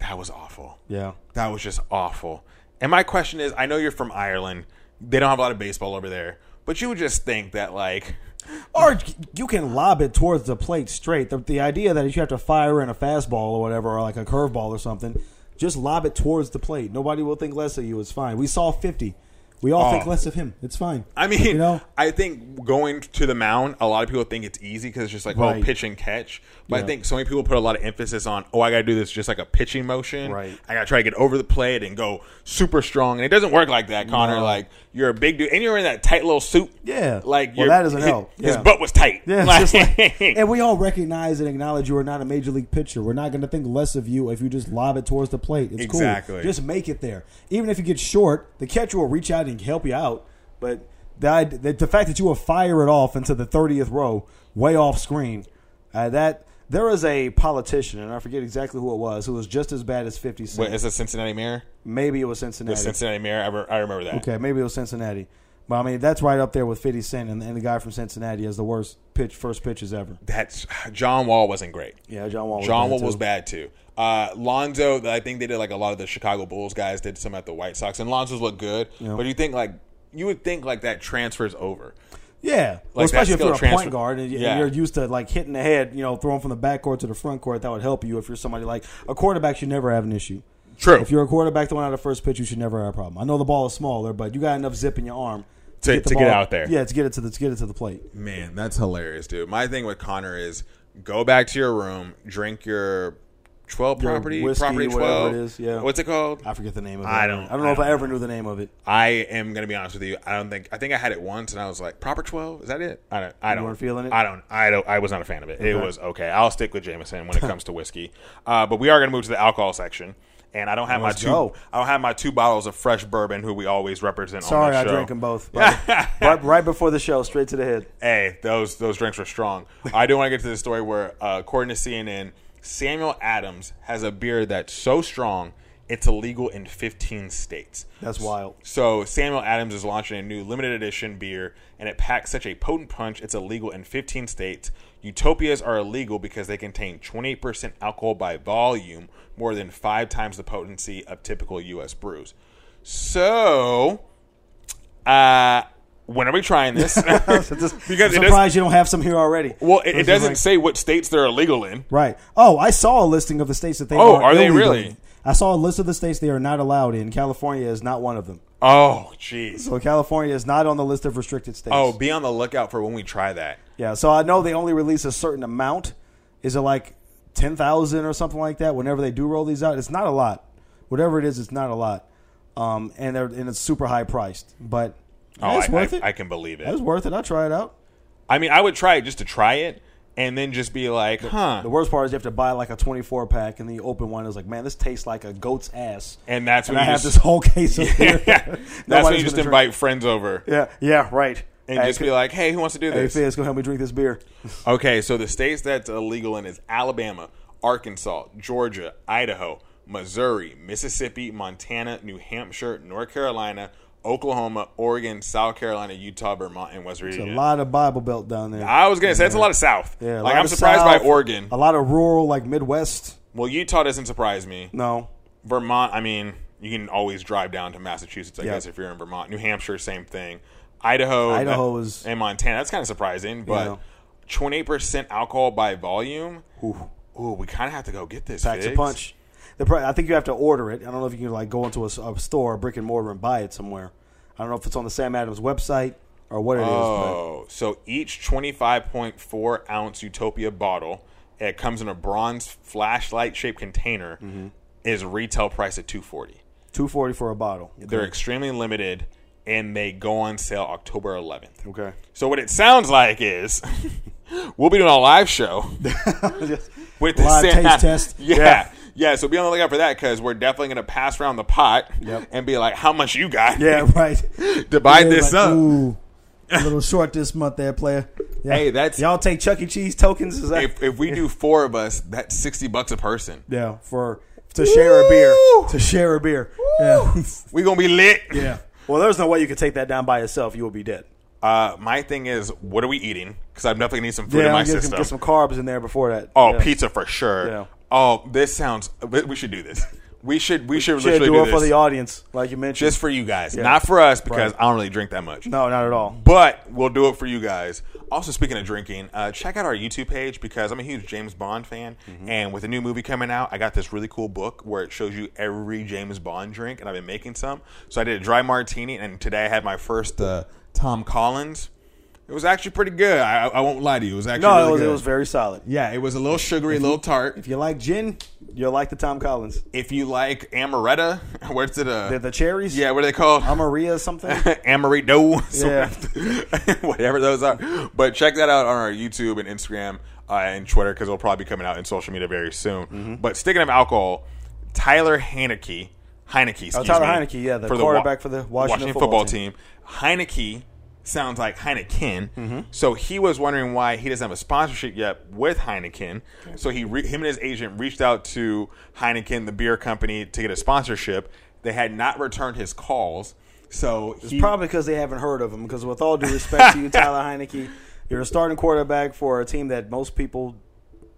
Speaker 1: That was awful.
Speaker 4: Yeah.
Speaker 1: That was just awful. And my question is, I know you're from Ireland. They don't have a lot of baseball over there, but you would just think that like
Speaker 4: Or you can lob it towards the plate straight. The, the idea that you have to fire in a fastball or whatever, or like a curveball or something,
Speaker 2: Just lob it towards the plate. Nobody will think less of you. It's fine. We saw 50. We all
Speaker 1: Oh.
Speaker 2: think less of him. It's fine.
Speaker 1: I mean,
Speaker 2: you know,
Speaker 1: I think going to the mound, a lot of people think it's easy because it's just like, oh,
Speaker 2: Right.
Speaker 1: pitch and catch. But I
Speaker 2: Yeah.
Speaker 1: think so many people put a lot of emphasis on, oh, I got to do this just like a pitching motion.
Speaker 5: Right.
Speaker 1: I got to try to get over the plate and go super strong. And it doesn't work like that, Connor. Like, you're a big dude and you're in that tight little suit.
Speaker 2: Yeah.
Speaker 1: Like,
Speaker 2: Well,
Speaker 1: your-
Speaker 2: that doesn't
Speaker 1: his,
Speaker 2: help.
Speaker 1: His
Speaker 2: Yeah.
Speaker 1: butt was tight.
Speaker 2: Yeah, it's
Speaker 1: Like-
Speaker 2: just like- and we all recognize and acknowledge you are not a major league pitcher. We're not going to think less of you if you just lob it towards the plate. It's
Speaker 1: Exactly.
Speaker 2: cool. Just make it there. Even if you get short, the catcher will reach out and help you out. But the, id- the, the fact that you will fire it off into the 30th row, way off screen, uh, that there was a politician, and I forget exactly who it was, who was just as bad as 50
Speaker 1: Wait,
Speaker 2: Cent.
Speaker 1: is it Cincinnati Mirror?
Speaker 2: maybe it was Cincinnati.
Speaker 1: The Cincinnati Mirror. I, re- I remember that.
Speaker 2: Okay, maybe it was Cincinnati. But I mean, that's right up there with 50 Cent and, and the guy from Cincinnati as the worst pitch first pitches ever.
Speaker 1: That's John Wall wasn't great.
Speaker 2: Yeah, John Wall. was
Speaker 1: John
Speaker 2: bad,
Speaker 1: Wall
Speaker 2: too.
Speaker 1: was bad too. Uh, Lonzo, I think they did like a lot of the Chicago Bulls guys did some at the White Sox, and Lonzo's looked good. But you think like you would think like that transfer's over.
Speaker 2: Yeah,
Speaker 1: that
Speaker 2: well, especially if
Speaker 1: skill
Speaker 2: you're a
Speaker 1: transfer-
Speaker 2: point guard and, y- and
Speaker 1: Yeah.
Speaker 2: you're used to like hitting the head, you know, throwing from the back court to the front court. That would help you if you're somebody like a quarterback should never have an issue.
Speaker 1: True.
Speaker 2: If you're a quarterback throwing out the first pitch, you should never have a problem. I know the ball is smaller, but you got enough zip in your arm
Speaker 1: To-
Speaker 2: the
Speaker 1: to get
Speaker 2: ball-
Speaker 1: out there.
Speaker 2: Yeah, to get it to the to get it to the plate.
Speaker 1: Man, that's hilarious, dude. My thing with Connor is go back to your room, drink your twelve
Speaker 2: Your
Speaker 1: property,
Speaker 2: whiskey,
Speaker 1: property
Speaker 2: whatever
Speaker 1: twelve.
Speaker 2: it is, yeah.
Speaker 1: What's it called?
Speaker 2: I forget the name of it.
Speaker 1: I don't-
Speaker 2: I don't know
Speaker 1: I
Speaker 2: if
Speaker 1: don't
Speaker 2: I ever knew the name of it.
Speaker 1: I am gonna be honest with you. I don't think I think I had it once, and I was like, "Proper twelve? Is that it?" I don't. I don't.
Speaker 2: weren't feeling it?
Speaker 1: I don't. I don't. I was not a fan of it. It was okay. I'll stick with Jameson when it comes to whiskey. Uh, but we are gonna move to the alcohol section, and I don't have
Speaker 2: Let's
Speaker 1: my two.
Speaker 2: go.
Speaker 1: I don't have my two bottles of fresh bourbon, who we always represent. on
Speaker 2: Sorry,
Speaker 1: this
Speaker 2: I
Speaker 1: show.
Speaker 2: drank them both. But right, right before the show, straight to the head.
Speaker 1: Hey, those those drinks were strong. I do want to get to the story where, uh, according to CNN, Samuel Adams has a beer that's so strong it's illegal in 15 states.
Speaker 2: That's wild.
Speaker 1: So Samuel Adams is launching a new limited edition beer, and it packs such a potent punch it's illegal in 15 states. Utopias are illegal because they contain 28% alcohol by volume, more than five times the potency of typical U.S. brews. So, uh, when are we trying this? because
Speaker 2: I'm
Speaker 1: it doesn't,
Speaker 2: surprised you don't have some here already.
Speaker 1: well, it, it
Speaker 2: Versus,
Speaker 1: doesn't
Speaker 2: like-
Speaker 1: say what states they're illegal in.
Speaker 2: Right. Oh, I saw a listing of the states that they
Speaker 1: Oh,
Speaker 2: are.
Speaker 1: are they
Speaker 2: illegal
Speaker 1: really?
Speaker 2: in. I saw a list of the states they are not allowed in. California is not one of them.
Speaker 1: Oh, jeez.
Speaker 2: So California is not on the list of restricted states.
Speaker 1: Oh, be on the lookout for when we try that.
Speaker 2: yeah. So I know they only release a certain amount. Is it like ten thousand or something like that? Whenever they do roll these out, it's not a lot. Whatever it is, it's not a lot. Um, and they're and it's super high priced, but
Speaker 1: Oh,
Speaker 2: it's
Speaker 1: I,
Speaker 2: worth
Speaker 1: I,
Speaker 2: it.
Speaker 1: I can believe it.
Speaker 2: It's worth it. I will try it out.
Speaker 1: I mean, I would try it just to try it and then just be like, huh.
Speaker 2: The worst part is you have to buy like a 24 pack and then you open one. It's like, man, this tastes like a goat's ass.
Speaker 1: And that's
Speaker 2: and
Speaker 1: when
Speaker 2: I
Speaker 1: you
Speaker 2: have
Speaker 1: just-
Speaker 2: this whole case of beer.
Speaker 1: That's when
Speaker 2: Nobody's
Speaker 1: you just
Speaker 2: gonna
Speaker 1: invite friends over
Speaker 2: drink- Yeah, yeah, right.
Speaker 1: and
Speaker 2: Hey,
Speaker 1: just
Speaker 2: c-
Speaker 1: be like, hey, who wants to do
Speaker 2: hey,
Speaker 1: this?
Speaker 2: Fizz, go help me drink this beer.
Speaker 1: Okay, so the states that's illegal in is Alabama, Arkansas, Georgia, Idaho, Missouri, Mississippi, Montana, New Hampshire, North Carolina, Oklahoma, Oregon, South Carolina, Utah, Vermont, and West
Speaker 2: A
Speaker 1: Virginia.
Speaker 2: lot of Bible Belt down there.
Speaker 1: I was gonna say that's a lot of South.
Speaker 2: Yeah, a
Speaker 1: like
Speaker 2: lot
Speaker 1: I'm
Speaker 2: of
Speaker 1: surprised by
Speaker 2: South,
Speaker 1: Oregon.
Speaker 2: A lot of rural, like Midwest.
Speaker 1: Well, Utah doesn't surprise me.
Speaker 2: No.
Speaker 1: Vermont, I mean, you can always drive down to Massachusetts, I
Speaker 2: Yeah.
Speaker 1: guess, if you're in Vermont. New Hampshire, same thing. Idaho, uh,
Speaker 2: Idaho is-
Speaker 1: and Montana. That's kind of surprising,
Speaker 2: Yeah.
Speaker 1: but twenty eight percent alcohol by volume. Ooh, we kind of have to go get this.
Speaker 2: Packs a
Speaker 1: Figs.
Speaker 2: punch. The pri- I think you have to order it. I don't know if you can like go into a, s- a store, a brick and mortar, and buy it somewhere. I don't know if it's on the Sam Adams website or what it is. but-
Speaker 1: Oh, so each twenty five point four ounce Utopia bottle, it comes in a bronze flashlight shaped container,
Speaker 2: Mm-hmm.
Speaker 1: is retail price at two forty.
Speaker 2: 240 for a bottle.
Speaker 1: They're extremely limited, and they go on sale October eleventh.
Speaker 2: Okay.
Speaker 1: So what it sounds like is we'll be doing a live show with the
Speaker 2: Live
Speaker 1: Sam-
Speaker 2: taste test.
Speaker 1: Yeah. yeah. so be on the lookout for that because we're definitely going to pass around the pot and be like, "How much you got?
Speaker 2: Yeah, right.
Speaker 1: divide
Speaker 2: Yeah,
Speaker 1: this
Speaker 2: like,
Speaker 1: up."
Speaker 2: Ooh, a little short this month, there, player. Yeah.
Speaker 1: Hey, that's-
Speaker 2: y'all take Chuck E. Cheese tokens. Is that
Speaker 1: If, if we do four of us, that's sixty bucks a person.
Speaker 2: yeah for to share a beer
Speaker 1: Woo!
Speaker 2: to share a beer? Yeah.
Speaker 1: We gonna be lit.
Speaker 2: yeah. Well, there's no way you could take that down by yourself. You will be dead.
Speaker 1: Uh, my thing is, what are we eating? Because I'm definitely gonna need some food in
Speaker 2: Yeah,
Speaker 1: my
Speaker 2: get some,
Speaker 1: system.
Speaker 2: get some carbs in there before that.
Speaker 1: oh,
Speaker 2: Yeah.
Speaker 1: pizza for sure.
Speaker 2: Yeah.
Speaker 1: Oh, this sounds. We we should do this. We should we should
Speaker 2: Should
Speaker 1: literally
Speaker 2: do
Speaker 1: do,
Speaker 2: it for
Speaker 1: this
Speaker 2: the audience, like you mentioned.
Speaker 1: just for you guys, not for us because I don't really drink that much.
Speaker 2: no, not at all.
Speaker 1: But we'll do it for you guys. Also, speaking of drinking, uh, check out our YouTube page because I'm a huge James Bond fan.
Speaker 2: Mm-hmm.
Speaker 1: And with a new movie coming out, I got this really cool book where it shows you every James Bond drink, and I've been making some. So I did a dry martini, and today I had my first uh, Tom Collins. It was actually pretty good. I, I won't lie to you. It was actually
Speaker 2: No,
Speaker 1: really
Speaker 2: it, was,
Speaker 1: good.
Speaker 2: it was very solid.
Speaker 1: yeah, it was a little sugary, a little tart.
Speaker 2: If you like gin, you'll like the Tom Collins.
Speaker 1: If you like amaretto, where's it? Uh,
Speaker 2: The, the cherries,
Speaker 1: yeah, what are they called?
Speaker 2: Maria something.
Speaker 1: Amaretto,
Speaker 2: Yeah.
Speaker 1: whatever those are. But check that out on our YouTube and Instagram uh, and Twitter because it'll probably be coming out in social media very soon.
Speaker 2: Mm-hmm.
Speaker 1: But sticking of alcohol, Tyler Haneke, Heineke, excuse
Speaker 2: Oh, Tyler
Speaker 1: me,
Speaker 2: Heineke, yeah, the
Speaker 1: Wa-
Speaker 2: quarterback for the Washington football
Speaker 1: team. Heineke sounds like Heineken,
Speaker 2: Mm-hmm.
Speaker 1: so he was wondering why he doesn't have a sponsorship yet with Heineken. So he, re- him and his agent reached out to Heineken, the beer company, to get a sponsorship. They had not returned his calls. So he,
Speaker 2: Probably because they haven't heard of him. Because with all due respect to you, Tyler Heineke, you're a starting quarterback for a team that most people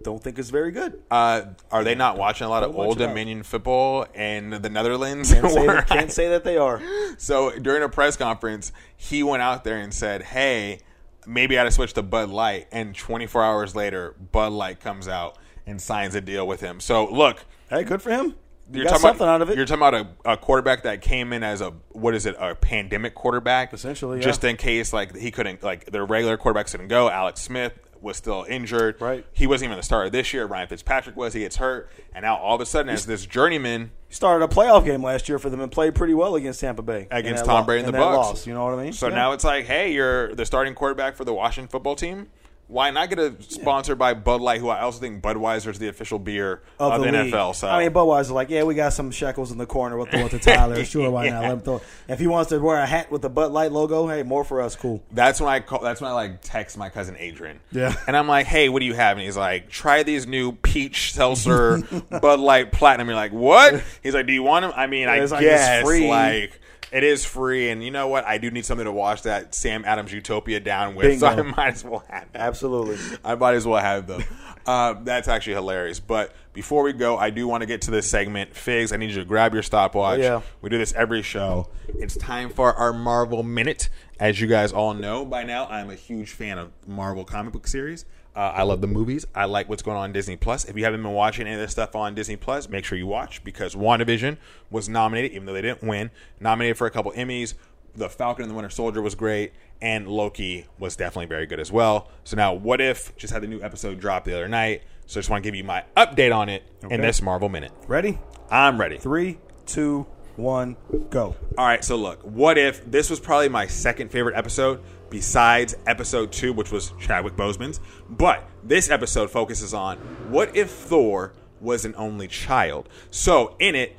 Speaker 2: don't think is very good.
Speaker 1: Uh, are they not watching a lot of
Speaker 2: watch
Speaker 1: Old
Speaker 2: it out.
Speaker 1: Dominion football and the Netherlands?
Speaker 2: Can't say,
Speaker 1: Where-
Speaker 2: that, can't say that they are.
Speaker 1: so during a press conference, he went out there and said, "Hey, maybe I'd have switched to Bud Light." And 24 hours later, Bud Light comes out and signs a deal with him. So look,
Speaker 2: Hey, good for him. You
Speaker 1: you're
Speaker 2: got
Speaker 1: talking
Speaker 2: something
Speaker 1: about,
Speaker 2: out of it.
Speaker 1: You're talking about a, a quarterback that came in as a what is it? A pandemic quarterback,
Speaker 2: Essentially, yeah.
Speaker 1: Just in case, like he couldn't, like their regular quarterbacks couldn't go. Alex Smith was still injured.
Speaker 2: Right.
Speaker 1: He wasn't even the starter this year. Ryan Fitzpatrick was. He gets hurt, and now all of a sudden, as this journeyman
Speaker 2: started a playoff game last year for them and played pretty well against Tampa Bay And
Speaker 1: against
Speaker 2: that
Speaker 1: Tom
Speaker 2: lo-
Speaker 1: Brady and the
Speaker 2: that
Speaker 1: Bucks,
Speaker 2: loss, you know what I mean?
Speaker 1: So
Speaker 2: Yeah.
Speaker 1: now it's like, hey, you're the starting quarterback for the Washington football team. Why not get a sponsor by Bud Light, who I also think Budweiser is the official beer of, the,
Speaker 2: league.
Speaker 1: NFL. So
Speaker 2: I mean, Budweiser, like, yeah, we got some shekels in the corner. We'll throw it to Tyler. Sure, why not? Let him throw. it. If he wants to wear a hat with the Bud Light logo, hey, more for us, cool.
Speaker 1: That's when I call. That's when I like text my cousin Adrian. Yeah. And I'm like, hey, what do you have? And he's like, try these new peach seltzer Bud Light Platinum. You're like, what? He's like, do you want them? I mean, I
Speaker 2: It's like, it's
Speaker 1: guess
Speaker 2: free.
Speaker 1: like it is free. And you know what? I do need something to wash that Sam Adams Utopia down with. So I
Speaker 2: Bingo.
Speaker 1: might as well have. That.
Speaker 2: Absolutely.
Speaker 1: I might as well have them. Uh, that's actually hilarious. But before we go, I do want to get to this segment. Figs, I need you to grab your stopwatch.
Speaker 2: Oh, yeah.
Speaker 1: We do this every show. It's time for our Marvel Minute. As you guys all know by now, I'm a huge fan of Marvel comic book series. Uh, I love the movies. I like what's going on in Disney Plus. If you haven't been watching any of this stuff on Disney Plus, make sure you watch because WandaVision was nominated, even though they didn't win, nominated for a couple Emmys. The Falcon and the Winter Soldier was great, and Loki was definitely very good as well. So now, What If just had the new episode drop the other night. So I just want to give you my update on it in this Marvel Minute.
Speaker 2: Ready?
Speaker 1: I'm ready.
Speaker 2: Three, two, one, go.
Speaker 1: All right, so look, what if this was probably my second favorite episode besides episode two, which was Chadwick Boseman's? But this episode focuses on what if Thor was an only child? So in it,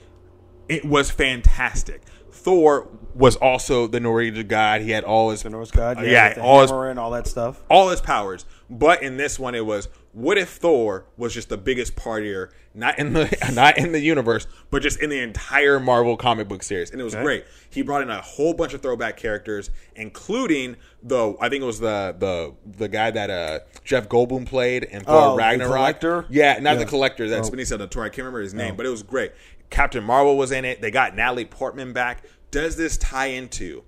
Speaker 1: it was fantastic. Thor was also the Norwegian god. He had all his the
Speaker 2: Norse God, yeah,
Speaker 1: Oh, yeah,
Speaker 2: with the
Speaker 1: all his
Speaker 2: hammer and all that stuff.
Speaker 1: all his powers. But in this one, it was what if Thor was just the biggest partier, not in the not in the universe, but just in the entire Marvel comic book series, and it was great. He brought in a whole bunch of throwback characters, including the I think it was the the the guy that uh, Jeff Goldblum played in Thor
Speaker 2: Oh, the
Speaker 1: Ragnarok.
Speaker 2: Collector? Oh.
Speaker 1: Yeah, not the collector. That's when he said the Thor. I can't remember his name, but it was great. Captain Marvel was in it. They got Natalie Portman back. Does this tie into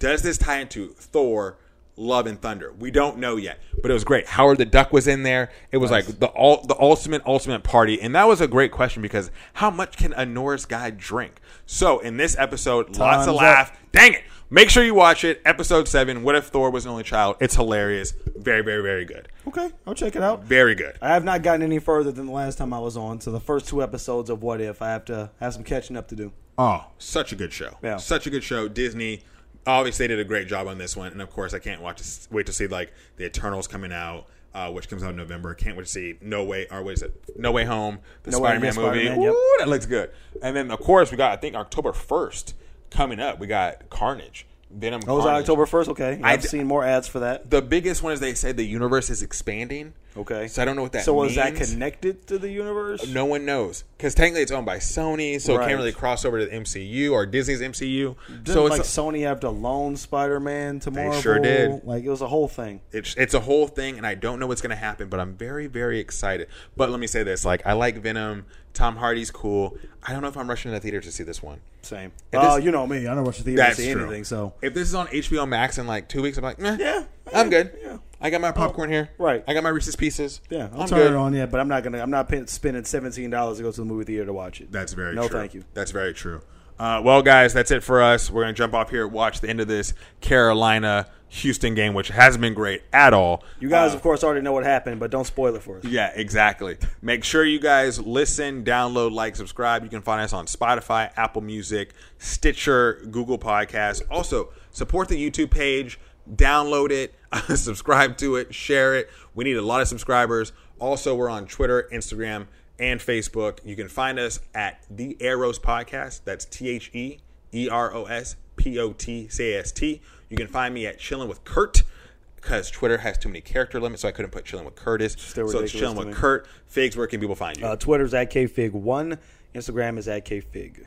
Speaker 1: does this tie into Thor, Love and Thunder? We don't know yet, but it was great. Howard the Duck was in there. It was like the all the ultimate ultimate party, and that was a great question because how much can a Norris guy drink? So in this episode, lots of
Speaker 2: up.
Speaker 1: laugh. Dang it! Make sure you watch it. Episode seven. What if Thor was an only child? It's hilarious. Very very very good.
Speaker 2: Okay, I'll check it out.
Speaker 1: Very good.
Speaker 2: I have not gotten any further than the last time I was on, so the first two episodes of What If, I have to have some catching up to do.
Speaker 1: Oh, such a good show.
Speaker 2: Yeah.
Speaker 1: Such a good show. Disney obviously they did a great job on this one, and of course I can't watch wait to see like the Eternals coming out. Uh, which comes out in November. Can't wait to see No Way or what is it? No Way Home, the
Speaker 2: No Way Home,
Speaker 1: Spider-Man
Speaker 2: yeah,
Speaker 1: movie.
Speaker 2: Spider-Man, yep.
Speaker 1: Ooh, that looks good. And then of course we got I think October first coming up. We got Carnage, Venom.
Speaker 2: Oh, was that
Speaker 1: Carnage.
Speaker 2: October 1st? Okay. I've
Speaker 1: d-
Speaker 2: seen more ads for that.
Speaker 1: The biggest one is they say the universe is expanding.
Speaker 2: Okay.
Speaker 1: So I don't know what that
Speaker 2: so
Speaker 1: means.
Speaker 2: is that connected to the universe?
Speaker 1: No one knows because technically it's owned by Sony, so it
Speaker 2: Right.
Speaker 1: can't really cross over to the MCU or Disney's MCU.
Speaker 2: Didn't,
Speaker 1: so it's
Speaker 2: like
Speaker 1: a-
Speaker 2: Sony have to loan Spider-Man to Marvel.
Speaker 1: sure did.
Speaker 2: Like it was a whole thing.
Speaker 1: it's it's a whole thing, and I don't know what's going to happen, but I'm very very excited. But let me say this: like I like Venom, Tom Hardy's cool. I don't know if I'm rushing to the theater to see this one.
Speaker 2: Same. Uh,
Speaker 1: If
Speaker 6: Oh,
Speaker 1: this-
Speaker 6: you know me. I don't watch the theater to
Speaker 1: that's
Speaker 6: see
Speaker 1: true.
Speaker 6: anything. So
Speaker 1: if this is on HBO Max in like two weeks, I'm like, meh,
Speaker 2: Yeah,
Speaker 1: I'm good.
Speaker 2: yeah.
Speaker 1: I got my popcorn here.
Speaker 2: right.
Speaker 1: I got my Reese's Pieces.
Speaker 6: yeah, I'll
Speaker 1: I'm
Speaker 6: turn
Speaker 1: good.
Speaker 6: it on. Yeah,
Speaker 2: But I'm not gonna. I'm not pin- spending seventeen dollars to go to the movie theater to watch it.
Speaker 1: That's very
Speaker 2: no.
Speaker 1: true.
Speaker 2: Thank you.
Speaker 1: That's very true. Uh, well, guys, that's it for us. We're going to jump off here, watch the end of this Carolina Houston game, which hasn't been great at all. Uh,
Speaker 2: You guys, of course, already know what happened, but don't spoil it for us.
Speaker 1: Yeah, exactly. Make sure you guys listen, download, like, subscribe. You can find us on Spotify, Apple Music, Stitcher, Google Podcasts. Also, support the YouTube page, download it, subscribe to it, share it. We need a lot of subscribers. Also, we're on Twitter, Instagram, and Facebook. You can find us at The Eros Podcast. That's T H E E R O S P O T C A S T. You can find me at Chillin' with Kurt because Twitter has too many character limits, so I couldn't put chilling with Curtis. So it's
Speaker 2: ridiculous
Speaker 1: chilling
Speaker 2: to
Speaker 1: with
Speaker 2: me.
Speaker 1: Kurt. Figs, where can people find you?
Speaker 7: Uh, Twitter's at kfig1. Instagram is at kfig.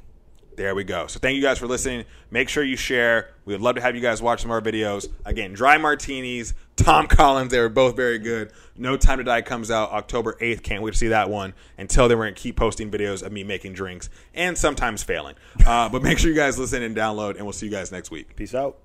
Speaker 1: there we go. So thank you guys for listening. Make sure you share. We would love to have you guys watch some of our videos. Again, Dry Martinis, Tom Collins, they were both very good. No Time to Die comes out October 8th. Can't wait to see that one. Until then, we're going to keep posting videos of me making drinks and sometimes failing. Uh, but make sure you guys listen and download, and we'll see you guys next week.
Speaker 7: Peace out.